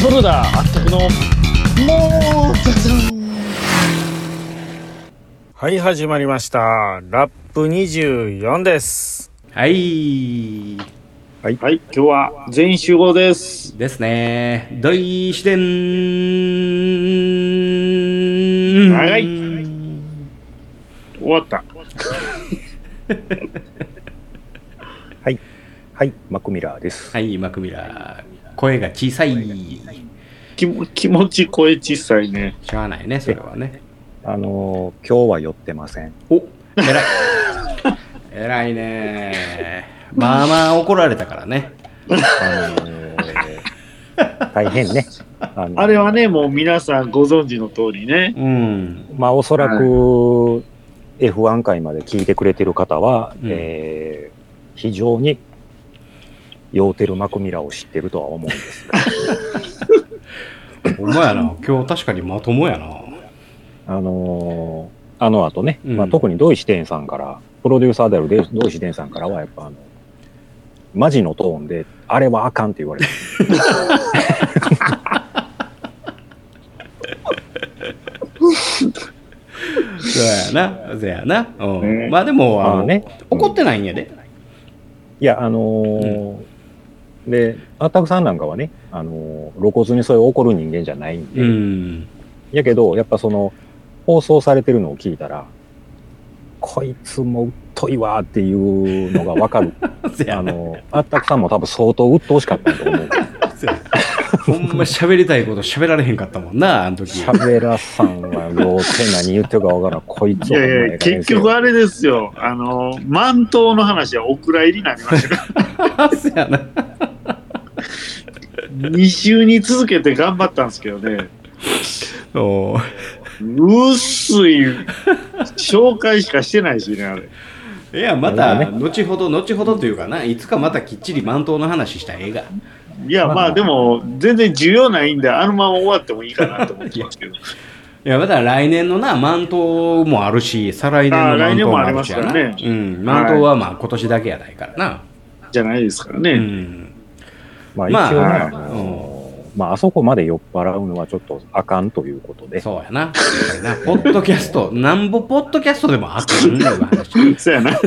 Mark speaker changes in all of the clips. Speaker 1: 黒田あったくのもう雑談はい始まりましたラップ24です
Speaker 2: はい。
Speaker 1: はい今日は全員集合です
Speaker 2: ですね。大自然。
Speaker 1: 長い終わった
Speaker 3: はい。はい、マクミラーです。
Speaker 2: はい、マクミラー。声が小さい。
Speaker 1: 気も気持ち声小さいね
Speaker 2: しゃあないね、それはね。
Speaker 3: あのー今日は酔ってません。
Speaker 2: お偉い。偉いね。まあまあ怒られたからね。
Speaker 3: あの ー大変ね。あの
Speaker 1: あれはねもう皆さんご存知の通りね
Speaker 2: うん。
Speaker 3: まあ、おそらく、F1 回まで聞いてくれてる方は、
Speaker 2: うん
Speaker 3: えー非常に酔うてるマクミラーを知ってるとは思うんです。
Speaker 2: ほんまやな。今日確かにまともやな。
Speaker 3: あのーあの後ね、
Speaker 2: うん
Speaker 3: まあ、特にドイシテンさんから、プロデューサーであるデドイシテンさんからは、やっぱあの、マジのトーンで、あれはあかんって言われて
Speaker 2: そうやな。そうやな。う
Speaker 1: ね
Speaker 2: ん。まあでも、 あ
Speaker 3: あ
Speaker 2: の
Speaker 3: のね
Speaker 2: ね、怒ってないんやで。
Speaker 3: いや、あのーで、アタックさんなんかはね、あのー露骨にそれを怒る人間じゃないんで、
Speaker 2: うん。
Speaker 3: やけど、やっぱその、放送されてるのを聞いたら、こいつもうっといわーっていうのがわかる。
Speaker 2: そうや
Speaker 3: あ
Speaker 2: な。
Speaker 3: のー、アッタクさんも多分相当鬱陶しかったと思う。
Speaker 2: ほんま喋りたいこと喋られへんかったもんな、あの時。
Speaker 3: 喋らさんは、ようて何言ってるかわからん。こいつ
Speaker 1: い
Speaker 3: はほんま
Speaker 1: やい
Speaker 3: ええ
Speaker 1: や
Speaker 3: 加減に
Speaker 1: 結
Speaker 3: せよ
Speaker 1: 局あれですよあの満頭の話はお蔵入りになりました から
Speaker 2: そやな。
Speaker 1: 2週に続けて頑張ったんですけどね
Speaker 2: おー
Speaker 1: 薄い紹介しかしてないしねあれ
Speaker 2: いや、ま
Speaker 3: な
Speaker 2: た、
Speaker 3: るほ
Speaker 2: 後ほど、後ほどというかな、いつかまたきっちり満頭の話した映画。
Speaker 1: いや、まあでも、全然需要ないんで、あのまま終わってもいいかなと思ってますけど。
Speaker 2: いや、また来年のな、満頭もあるし、再来年の満頭もあるし
Speaker 1: あ
Speaker 2: や
Speaker 1: ー
Speaker 2: な。
Speaker 1: 来年もありますか
Speaker 2: うん、満頭はまあ今年だけやないからな。
Speaker 1: じゃないですから
Speaker 2: う
Speaker 1: ね。
Speaker 2: ん。
Speaker 3: まあ一
Speaker 2: まあ
Speaker 3: 応ね、
Speaker 1: はい
Speaker 3: あのーまああそこまで酔っ払うのはちょっとあかんということで。
Speaker 2: そうやな。やっぱりな、ポッドキャスト、 なんぼポッドキャストでもあったんだよ、話。
Speaker 1: そうやな。
Speaker 3: ね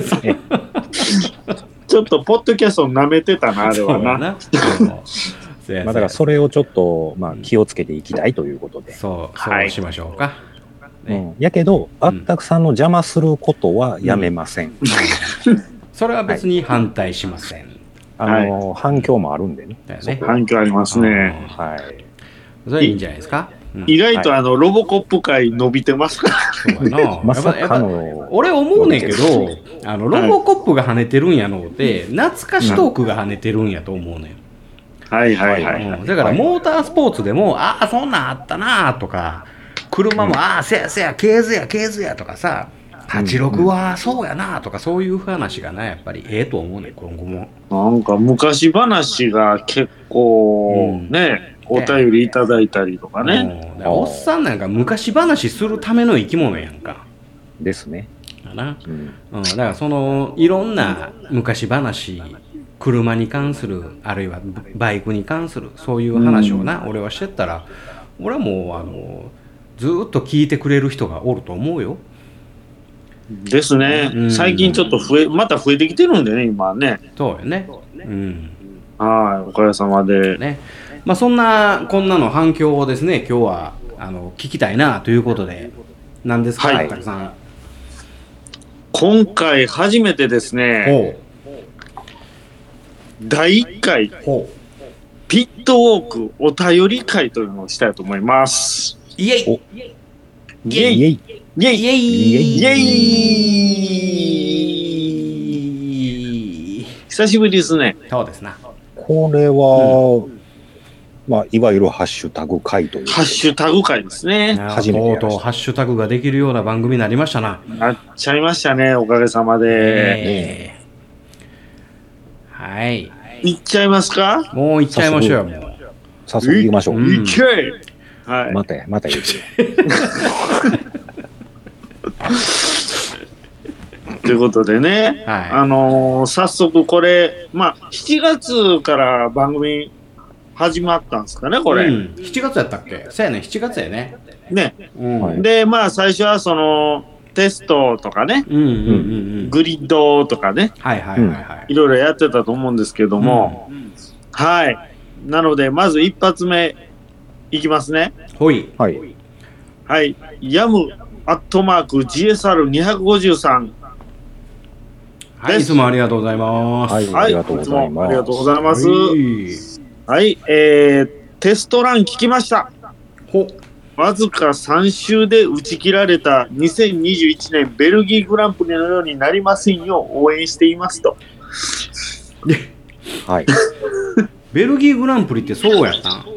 Speaker 1: ちょっと、ポッドキャスト舐めてたな、あれ
Speaker 2: そ
Speaker 1: は
Speaker 2: うや
Speaker 1: な。
Speaker 2: な。そうや
Speaker 3: まあ、だからそれをちょっと、まあ、気をつけていきたいということで。
Speaker 2: そう、
Speaker 1: は
Speaker 2: そう
Speaker 1: い
Speaker 2: しましょうか。ね
Speaker 3: うん、やけど、
Speaker 2: うん
Speaker 3: あったくさんの邪魔することはやめません。
Speaker 2: それは別に反対しません。
Speaker 3: あの、反響もあるんでね。
Speaker 2: だよね。
Speaker 1: 反響ありますね。
Speaker 2: うん
Speaker 3: はい。
Speaker 2: それはいいんじゃないですか。うん
Speaker 1: 意外と、あの、ロボコップ界伸びてますから。
Speaker 2: そうやな
Speaker 3: まさ
Speaker 2: やっぱ
Speaker 3: か
Speaker 2: やっぱ
Speaker 3: の、
Speaker 2: 俺思うねんけど、あの、ロボコップが跳ねてるんやのうて、懐かしトークが跳ねてるんやと思うねん。
Speaker 1: はいはいはい。
Speaker 2: うんだから、モータースポーツでも、ああ、そんなんあったなとか、車も、ああ、せやせや、ケーズや、ケーズやとかさ、86はそうやなとか、そういう話がな、やっぱりええと思うねん、今後も。
Speaker 1: なんか、昔話が結構、
Speaker 2: うん
Speaker 1: ね、お便りいただいたりとかね。
Speaker 2: うんだからおっさんなんか昔話するための生き物やんか。
Speaker 3: ですね。
Speaker 2: だな。
Speaker 3: うん。
Speaker 2: うん、だからそのいろんな昔話車に関するあるいはバイクに関するそういう話をな、俺はしてったら俺はもうあのずーっと聞いてくれる人がおると思うよ
Speaker 1: ですね
Speaker 2: う。ん
Speaker 1: 最近ちょっと増え、また増えてきてるんでね、今ね。
Speaker 2: そうよねうん
Speaker 1: はい、おかげさまで。
Speaker 2: ねまあそんなこんなの反響をですね今日はあの聞きたいなということでなんですか、
Speaker 1: はい
Speaker 2: たくさん
Speaker 1: 今回初めてですね、
Speaker 2: ほ
Speaker 1: 第1回
Speaker 2: うほう
Speaker 1: ピットウォークお便り会というのをしたいと思います。
Speaker 2: イエイ
Speaker 3: お
Speaker 1: イエイイェイ
Speaker 3: イェイ
Speaker 2: イエイ
Speaker 1: イエ
Speaker 2: イエイ
Speaker 1: 久しぶりですね。
Speaker 2: そうですな
Speaker 3: これは、まあ、いわゆるハッシュタグ回という。
Speaker 1: ハッシュタグ会ですね。
Speaker 3: 初
Speaker 2: と
Speaker 3: めてや
Speaker 2: う
Speaker 3: りました
Speaker 2: とうハッシュタグができるような番組になりましたな。
Speaker 1: なっちゃいましたね、おかげさまで。
Speaker 2: ええはい。
Speaker 1: いっちゃいますか
Speaker 2: もう行っちゃいましょうよ、もう。
Speaker 3: 早速行きましょう。
Speaker 2: うん
Speaker 1: いっちゃえはい。
Speaker 3: またや、また言うて。
Speaker 1: ということでね、
Speaker 2: はい
Speaker 1: あのー早速これ、まあ、7月から番組始まったんですかね、これ。
Speaker 2: うん、7月やったっけそうやね7月やね
Speaker 1: ね。
Speaker 2: うん、
Speaker 3: はい
Speaker 1: で、まあ、最初はその、テストとかね、
Speaker 2: うんうんうんうん
Speaker 1: グリッドとかね、
Speaker 2: はいはいはいはい
Speaker 1: いろいろやってたと思うんですけども、はい。なので、まず一発目、いきますね。
Speaker 2: ほい
Speaker 3: はい。
Speaker 1: はい。ヤムアットマーク GSR253。
Speaker 2: はい
Speaker 1: で
Speaker 2: い
Speaker 1: す
Speaker 2: つもありがとうございます
Speaker 3: はい
Speaker 1: はい。
Speaker 3: ありがとうございます
Speaker 1: つもありがとうございます。
Speaker 2: はい
Speaker 1: はい。えー、テストラン聞きました。
Speaker 2: ほ
Speaker 1: わずか3週で打ち切られた2021年ベルギーグランプリのようになりませんよう応援していますと。
Speaker 3: はい。
Speaker 2: ベルギーグランプリってそうやったん
Speaker 1: い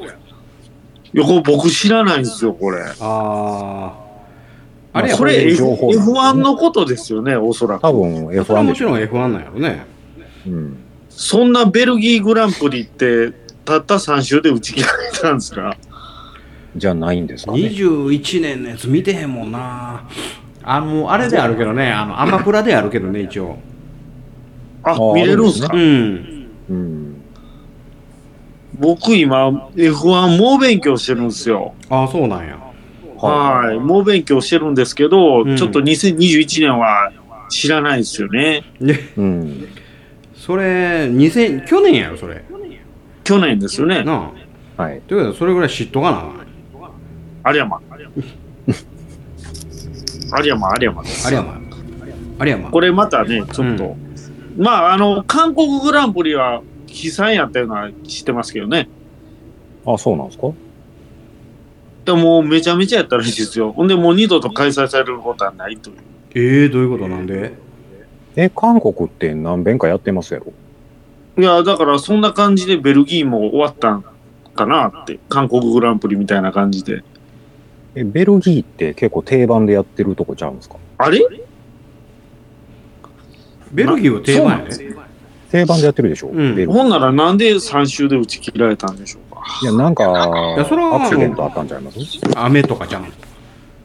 Speaker 1: や、これ僕知らないんですよ、これ。
Speaker 2: あああれや
Speaker 1: こ
Speaker 3: そう
Speaker 1: れ
Speaker 3: いう
Speaker 1: F-
Speaker 3: 情報なんですね
Speaker 1: F1 のことですよね、おそらく。
Speaker 3: 多分
Speaker 2: これ
Speaker 3: F1
Speaker 2: も
Speaker 3: で
Speaker 2: ち
Speaker 3: しょ。
Speaker 2: ろん F1 なんやろね
Speaker 3: うん。
Speaker 1: そんなベルギーグランプリって、たった3週で打ち切られたんですか
Speaker 3: じゃないんですかね。
Speaker 2: 21年のやつ見てへんもんなあのあれであるけどねあのアマプラであるけどね一応
Speaker 1: あ、
Speaker 3: あ
Speaker 1: 見れるんですか
Speaker 2: うん
Speaker 3: うん。
Speaker 1: 僕今、F1 猛勉強してるんですよ。
Speaker 2: ああそうなんや
Speaker 1: はい。猛勉強してるんですけど、
Speaker 2: うん
Speaker 1: ちょっと2021年は知らないですよね。
Speaker 2: で
Speaker 3: うん。
Speaker 2: それ2000去年やろそれ
Speaker 1: 去年ですよね。
Speaker 2: なあ
Speaker 3: はい。
Speaker 2: ということはそれぐらい知っとかなあかん
Speaker 1: 有山。有山、有山です。
Speaker 2: あれやまんあれやまん
Speaker 1: これまたね、ちょっと。まあ、あの、韓国グランプリは悲惨やったような知ってますけどね。
Speaker 3: あ、そうなんですか
Speaker 1: でももうめちゃめちゃやったらしいですよ。ほんでもう二度と開催されることはないという。
Speaker 2: ええどういうことなんで
Speaker 3: え、韓国って何遍かやってますやろ
Speaker 1: いや、だからそんな感じでベルギーも終わったんかなって。韓国グランプリみたいな感じで。
Speaker 3: え、ベルギーって結構定番でやってるとこちゃうんですか
Speaker 1: あれ
Speaker 2: ベルギーは定番や
Speaker 1: そう
Speaker 2: ね
Speaker 3: 定番でやってるでしょ、
Speaker 2: うん
Speaker 3: ベルギー
Speaker 1: ほんならなんで3周で打ち切られたんでしょうか。
Speaker 3: いや、なんか、
Speaker 2: やそれは
Speaker 3: アクシデントあったんじゃないます
Speaker 2: 雨とかじゃん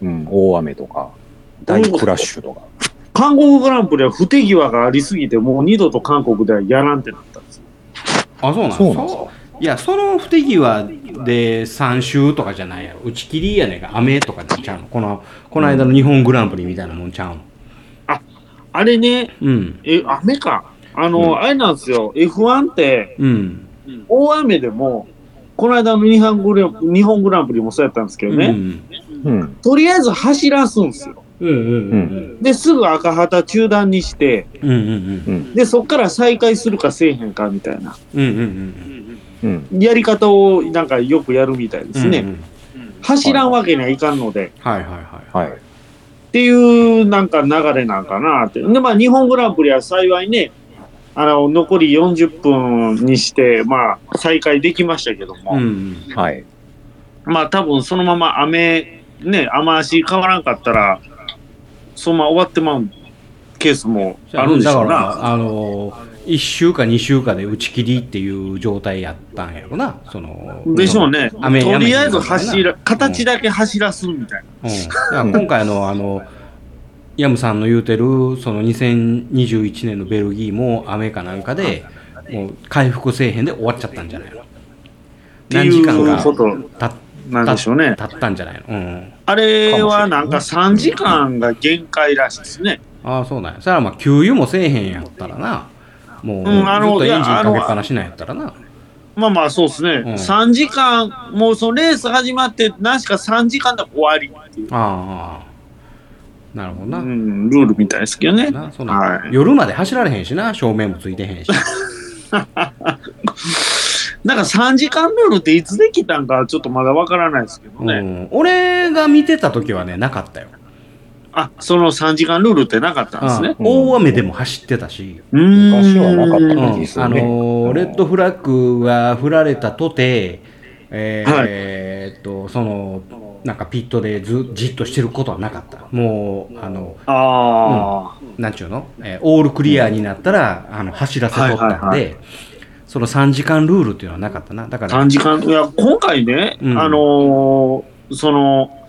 Speaker 3: うん、大雨とか、大クラッシュとか。
Speaker 1: 韓国グランプリは不手際がありすぎて、もう二度と韓国ではやらんってなったんですよ。
Speaker 2: あそうなん
Speaker 3: そうなんです
Speaker 2: そういやその不手際で3周とかじゃないやろ打ち切りやねんか雨とかちゃうのこのこの間の日本グランプリみたいなもんちゃうの
Speaker 1: あれね、
Speaker 2: うん
Speaker 1: え、雨か。あの、
Speaker 2: うん
Speaker 1: あれなんですよ。F1 って、
Speaker 2: うん
Speaker 1: 大雨でも、この間の日本グラン日本グランプリもそうやったんですけどね、
Speaker 2: うん
Speaker 3: うん。
Speaker 1: とりあえず走らすんですよ。
Speaker 2: うんうんうん
Speaker 1: で、すぐ赤旗中断にして、
Speaker 2: うんうん
Speaker 1: で、そっから再開するかせえへんかみたいな、
Speaker 2: うんうんうん
Speaker 3: うん。
Speaker 1: やり方をなんかよくやるみたいですね。
Speaker 2: うんうん
Speaker 1: 走らんわけにはいかんので、
Speaker 2: はいはいはい
Speaker 3: はい。
Speaker 1: っていうなんか流れなんかなって。で、まあ日本グランプリは幸いね、あの、残り40分にして、まあ再開できましたけども、
Speaker 2: うん
Speaker 3: はい。
Speaker 1: まあ多分そのまま雨、ね、雨足変わらんかったら、そのまま終わってまうケースもあるんでしょう
Speaker 2: だか
Speaker 1: な。
Speaker 2: らあの1週か2週かで打ち切りっていう状態やったんやろなその
Speaker 1: でしょうね。
Speaker 2: 雨
Speaker 1: とりあえず
Speaker 2: 雨
Speaker 1: 走
Speaker 2: にな
Speaker 1: ら
Speaker 2: る、からな
Speaker 1: 形だけ走らすみたい
Speaker 2: うん、だから今回のあのヤムさんの言うてるその2021年のベルギーも雨かなんかでもう回復せえへんで終わっちゃったんじゃないの
Speaker 1: な。って
Speaker 2: 何時間
Speaker 1: いうこ
Speaker 2: か
Speaker 1: と
Speaker 2: たっ
Speaker 1: なんでしょうね。
Speaker 2: たったんじゃないの、うん、
Speaker 1: あれはなんか3時間が限界らしいですね。
Speaker 2: ああそうなんやそれはまあ給油もせえへんやったらなもう、
Speaker 1: んあの
Speaker 2: ずっとエンジン
Speaker 1: いやあ
Speaker 2: か
Speaker 1: の
Speaker 2: けっぱなしなんやったらな
Speaker 1: まあまあ、そうですね、
Speaker 2: うん
Speaker 1: 3時間、もうそのレース始まって、何しか3時間で終わりっていう、
Speaker 2: ああなるほど
Speaker 1: う
Speaker 2: な,、
Speaker 1: ん、ルールみたいですけどね。
Speaker 2: なそうなんや
Speaker 1: はい、
Speaker 2: 夜まで走られへんしな照明もついてへんし
Speaker 1: なんか3時間ルールっていつできたんか、ちょっとまだわからないですけどね、
Speaker 2: うん、俺が見てた時はねなかったよ
Speaker 1: あその3時間ルールってなかったんですね。
Speaker 2: うん大雨でも走ってたし、
Speaker 1: うーん
Speaker 3: 昔はなかった
Speaker 2: うん
Speaker 3: ね
Speaker 2: あ
Speaker 3: いいですよ
Speaker 2: のー
Speaker 3: うん
Speaker 2: レッドフラッグが振られたとて、えーえーっとそのなんかピットでずじっとしてることはなかったもうあの
Speaker 1: あー、
Speaker 2: なんちゅうの、えーオールクリアになったら、あの走らせとったんで、
Speaker 1: はいはい
Speaker 2: その3時間ルールっていうのはなかったなだから
Speaker 1: 3時間、いや、今回ね、
Speaker 2: うん
Speaker 1: あのーその、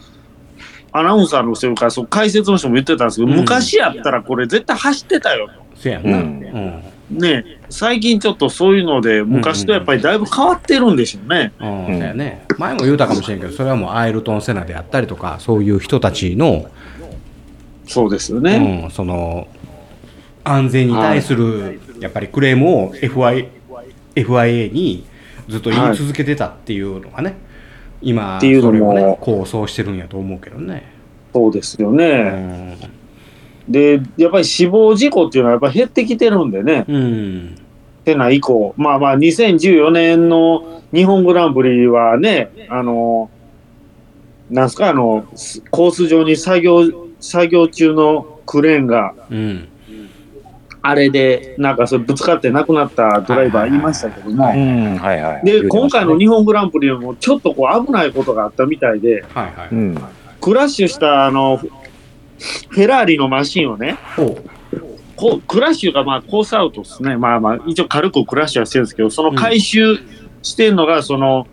Speaker 1: アナウンサーの人からそう解説の人も言ってたんですけど、
Speaker 2: うん
Speaker 1: 昔やったらこれ絶対走ってたよと
Speaker 2: せやんな、
Speaker 3: う
Speaker 2: うんん
Speaker 1: うね、最近ちょっとそういうので、昔とやっぱりだいぶ変わってるんでしょうね。
Speaker 2: うん、そうやね。前も言うたかもしれんけど、それはもうアイルトン・セナであったりとか、そういう人たちの、
Speaker 1: そうですよね。
Speaker 2: うん、その、安全に対する、やっぱりクレームを FI FIA にずっと言い続けてたっていうのがね、今、
Speaker 1: っていう
Speaker 2: そ
Speaker 1: の
Speaker 2: れ
Speaker 1: も
Speaker 2: をね、構想してるんやと思うけどね。
Speaker 1: そうですよ
Speaker 2: う
Speaker 1: ね。
Speaker 2: ん。
Speaker 1: で、やっぱり死亡事故っていうのはやっぱ減ってきてるんでね、
Speaker 2: うん。
Speaker 1: てない以降、まあまあ、2014年の日本グランプリはね、あの、なんすか、あの、すコース上に作業、作業中のクレーンが、
Speaker 2: うん。
Speaker 1: あれで、なんかそれぶつかって亡くなったドライバーいましたけども、
Speaker 3: うん、はいはい。
Speaker 1: で、今回の
Speaker 3: 日
Speaker 1: 日本グランプリでもちょっとこう危ないことがあったみたいで、
Speaker 2: はいはい。
Speaker 3: うん。
Speaker 1: クラッシュしたあの、フフェラーリのマシンをね、
Speaker 2: ほう
Speaker 1: こうクラッシュがまあコースアウトですね。まあまあ、一応軽くクラッシュはしてるんですけど、その回収してんのが、その、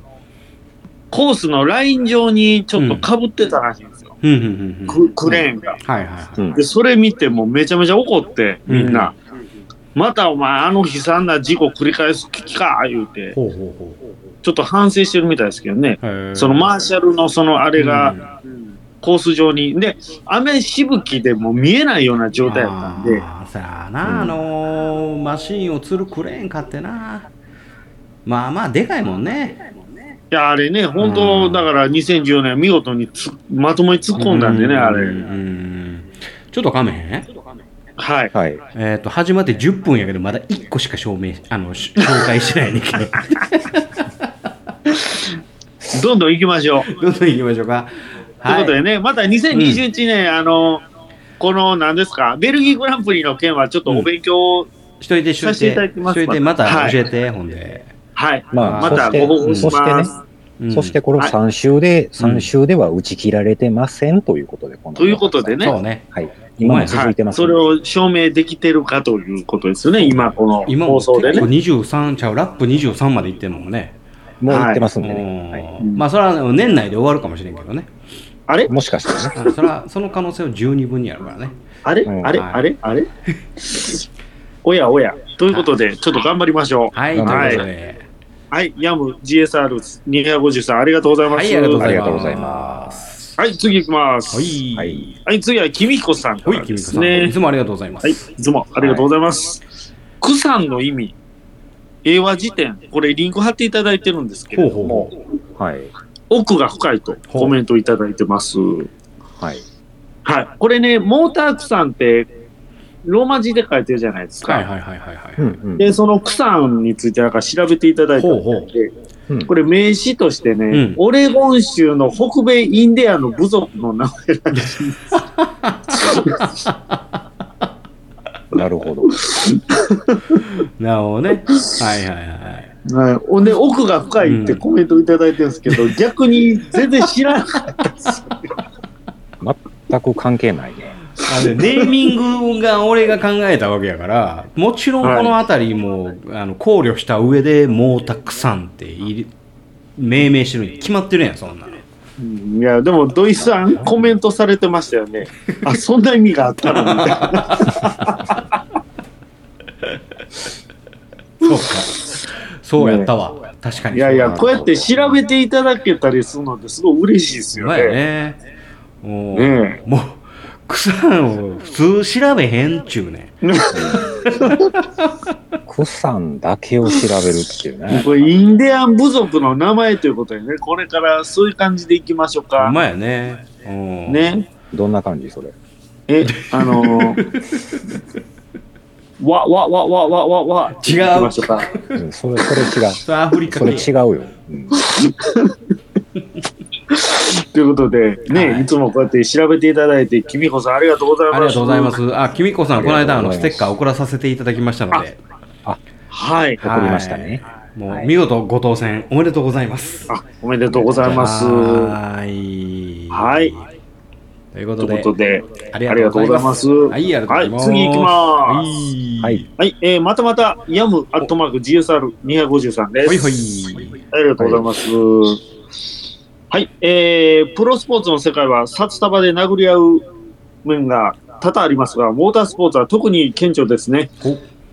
Speaker 1: コースのライン上にちょっと被ってたらしいんですよ。
Speaker 2: うんうんうんうん。
Speaker 1: ククレーンが。
Speaker 2: はいはいはい。
Speaker 3: うん
Speaker 1: で、それ見てもうめちゃめちゃ怒って、みんな。またお前あの悲惨な事故繰り返す危機か、言うて、
Speaker 2: ほうほうほう。
Speaker 1: ちょっと反省してるみたいですけどね。
Speaker 2: へー
Speaker 1: そのマーシャルのそのあれが、コース上に。で、雨しぶきでもう見えないような状態だったんで、
Speaker 2: あーさあな、あのーマシンを吊るクレーン買ってなまあまあでかいもんね
Speaker 1: いや、あれね、本当、
Speaker 2: うん
Speaker 1: だから2014年見事につまともに突っ込んだんでね、
Speaker 2: う
Speaker 1: あ
Speaker 2: う
Speaker 1: れ。
Speaker 2: んちょっと画面へん
Speaker 1: はい。
Speaker 3: はい。
Speaker 2: えっと始まって10分やけどまだ1個しか証明あのし紹介してない ねんけど
Speaker 1: どんどん行きましょう。
Speaker 2: どんどん行きましょうか
Speaker 1: という
Speaker 2: はい
Speaker 1: ことでね、また2021年、あの、この、何ですか、ベルギーグランプリの件はちょっとお勉強を、
Speaker 2: しといてしとい
Speaker 1: させてい
Speaker 2: て
Speaker 1: ただきます
Speaker 2: しといてま
Speaker 1: は
Speaker 2: た
Speaker 1: い
Speaker 2: 教えて、ほんで、
Speaker 1: はい。
Speaker 3: まあ、
Speaker 1: また
Speaker 3: そ
Speaker 1: ご報告し
Speaker 3: して、そして
Speaker 1: ま
Speaker 3: ね
Speaker 1: す。、
Speaker 2: うん
Speaker 3: そしてこれを
Speaker 1: はい
Speaker 3: 3週で、
Speaker 2: う
Speaker 3: 3
Speaker 2: ん
Speaker 3: 週では打ち切られてませんということで、
Speaker 1: ということでね
Speaker 2: そうね
Speaker 3: はい。今も続いてます。
Speaker 1: それを証明できてるかということですよね、今、この
Speaker 2: 今
Speaker 1: 放
Speaker 2: も
Speaker 1: 送で
Speaker 2: 結構
Speaker 1: ね。
Speaker 2: 23ちゃうラップ23までいってるもんね
Speaker 3: もう言ってますんでね。はい
Speaker 2: うんまあそれは年内で終わるかもしれんけどね
Speaker 1: あれ
Speaker 3: もしかしてね。
Speaker 2: うんそれはその可能性を十二分にあるからね。
Speaker 1: あれ、
Speaker 3: うん
Speaker 1: あれ、
Speaker 2: はい
Speaker 1: あれあれおやおや。ということで、ちょっと頑張りましょう。
Speaker 2: はい、と
Speaker 1: はいいう
Speaker 2: ことで。
Speaker 1: はい、ヤム GSR250 さん、ありがとうございます。
Speaker 2: はい、ありがとうございます。
Speaker 3: ありがとうござい
Speaker 2: ます。
Speaker 1: はい次行きます。
Speaker 2: は
Speaker 1: はい、
Speaker 2: い。
Speaker 3: は
Speaker 2: はいい、
Speaker 1: 次は君彦さんか
Speaker 2: 君
Speaker 1: らで
Speaker 2: 子
Speaker 1: す
Speaker 2: さん、い
Speaker 1: ね
Speaker 2: つ。もありがとうございます。
Speaker 1: はい、いつもありがとうございます。クさんの意味、英和辞典、これリンク貼っていただいてるんですけ
Speaker 2: ほう
Speaker 1: れ
Speaker 2: ほ
Speaker 1: ど
Speaker 2: う
Speaker 1: も、
Speaker 2: ほ
Speaker 3: はい。
Speaker 1: 奥が深いとコメントいただいてます。
Speaker 3: はい。
Speaker 1: はい、これね、モータークさんって、ローマ字で書いてるじゃないです
Speaker 2: う。はい
Speaker 1: か。
Speaker 2: はいはいはいはい。
Speaker 3: うんうん。
Speaker 1: で、そのクさんについてなんか調べていただいたみたいで、
Speaker 3: うん
Speaker 1: これ名詞としてね、
Speaker 2: うん
Speaker 1: オレゴン州の北米インディアンの部族の名前らしいんです。
Speaker 3: なるほど。
Speaker 2: なるほどね。はいはいはい。
Speaker 1: はい、ほんで、奥が深いってコメントいただいてるんですけ ど、逆に全然知らなかったです。
Speaker 3: 全く関係ないね。
Speaker 2: あのネーミングが俺が考えたわけやから、もちろんこのあたりも、あの考慮した上でもうたくさんって入れ命名してるに決まってるやん、そんなの。
Speaker 1: うんいや、でも土井さんコメントされてましたよ ね。あ、そんな意味があったのみたいな。
Speaker 2: そうか。そうやったわ。確かに。
Speaker 1: いやいや、こうやって調べていただけたりするのってすごい嬉しいです
Speaker 2: そう
Speaker 1: よ
Speaker 2: や
Speaker 1: ね。
Speaker 2: ね。もう、
Speaker 1: ね
Speaker 2: もう草を普通調べへんっちゅうね。
Speaker 3: クさんだけを調べるっていう ね。
Speaker 1: これインディアン部族の名前ということでね、これからそういう感じでいきましょう
Speaker 2: ほん
Speaker 1: か。
Speaker 2: まやね。うん
Speaker 1: ね。
Speaker 3: どんな感じそれ。
Speaker 1: え、あのー、 わ、わ、わ、わ、わ、わ、わ、
Speaker 2: 違う
Speaker 1: 行きましょうか。
Speaker 3: うん、それ、そ れ違う。
Speaker 2: それアフリカ
Speaker 3: それ違
Speaker 2: 系
Speaker 3: うよ。うん
Speaker 1: ということで、ね、い、つもこうやって調べていただいて、きみこさんありがとうございます。。
Speaker 2: ありがとうございますす。あ、きみこさん、この間、あの、
Speaker 3: あり
Speaker 2: ス
Speaker 3: がとうございます
Speaker 2: テッカー送らさせていただきましたので、
Speaker 1: はい。
Speaker 3: 送りましたね。
Speaker 2: もう、見事ご当選、おめでとうございます。
Speaker 1: あ、おめでとうございます。と
Speaker 2: はーい。
Speaker 1: はい。
Speaker 2: というこ
Speaker 1: い
Speaker 2: と
Speaker 1: うこ
Speaker 2: で、
Speaker 1: とで、
Speaker 2: あ
Speaker 1: ありがとうございます。
Speaker 2: は
Speaker 1: はい、
Speaker 2: い、ありがとうございます。
Speaker 1: 次行きます
Speaker 3: はい。
Speaker 1: えーまたまた、ヤムアットマーク GSR253 です。
Speaker 2: はいはい。
Speaker 1: ありがとうございます。はい、えープロスポーツの世界は札束で殴り合う面が多々ありますが、モータースポーツは特に顕著ですね。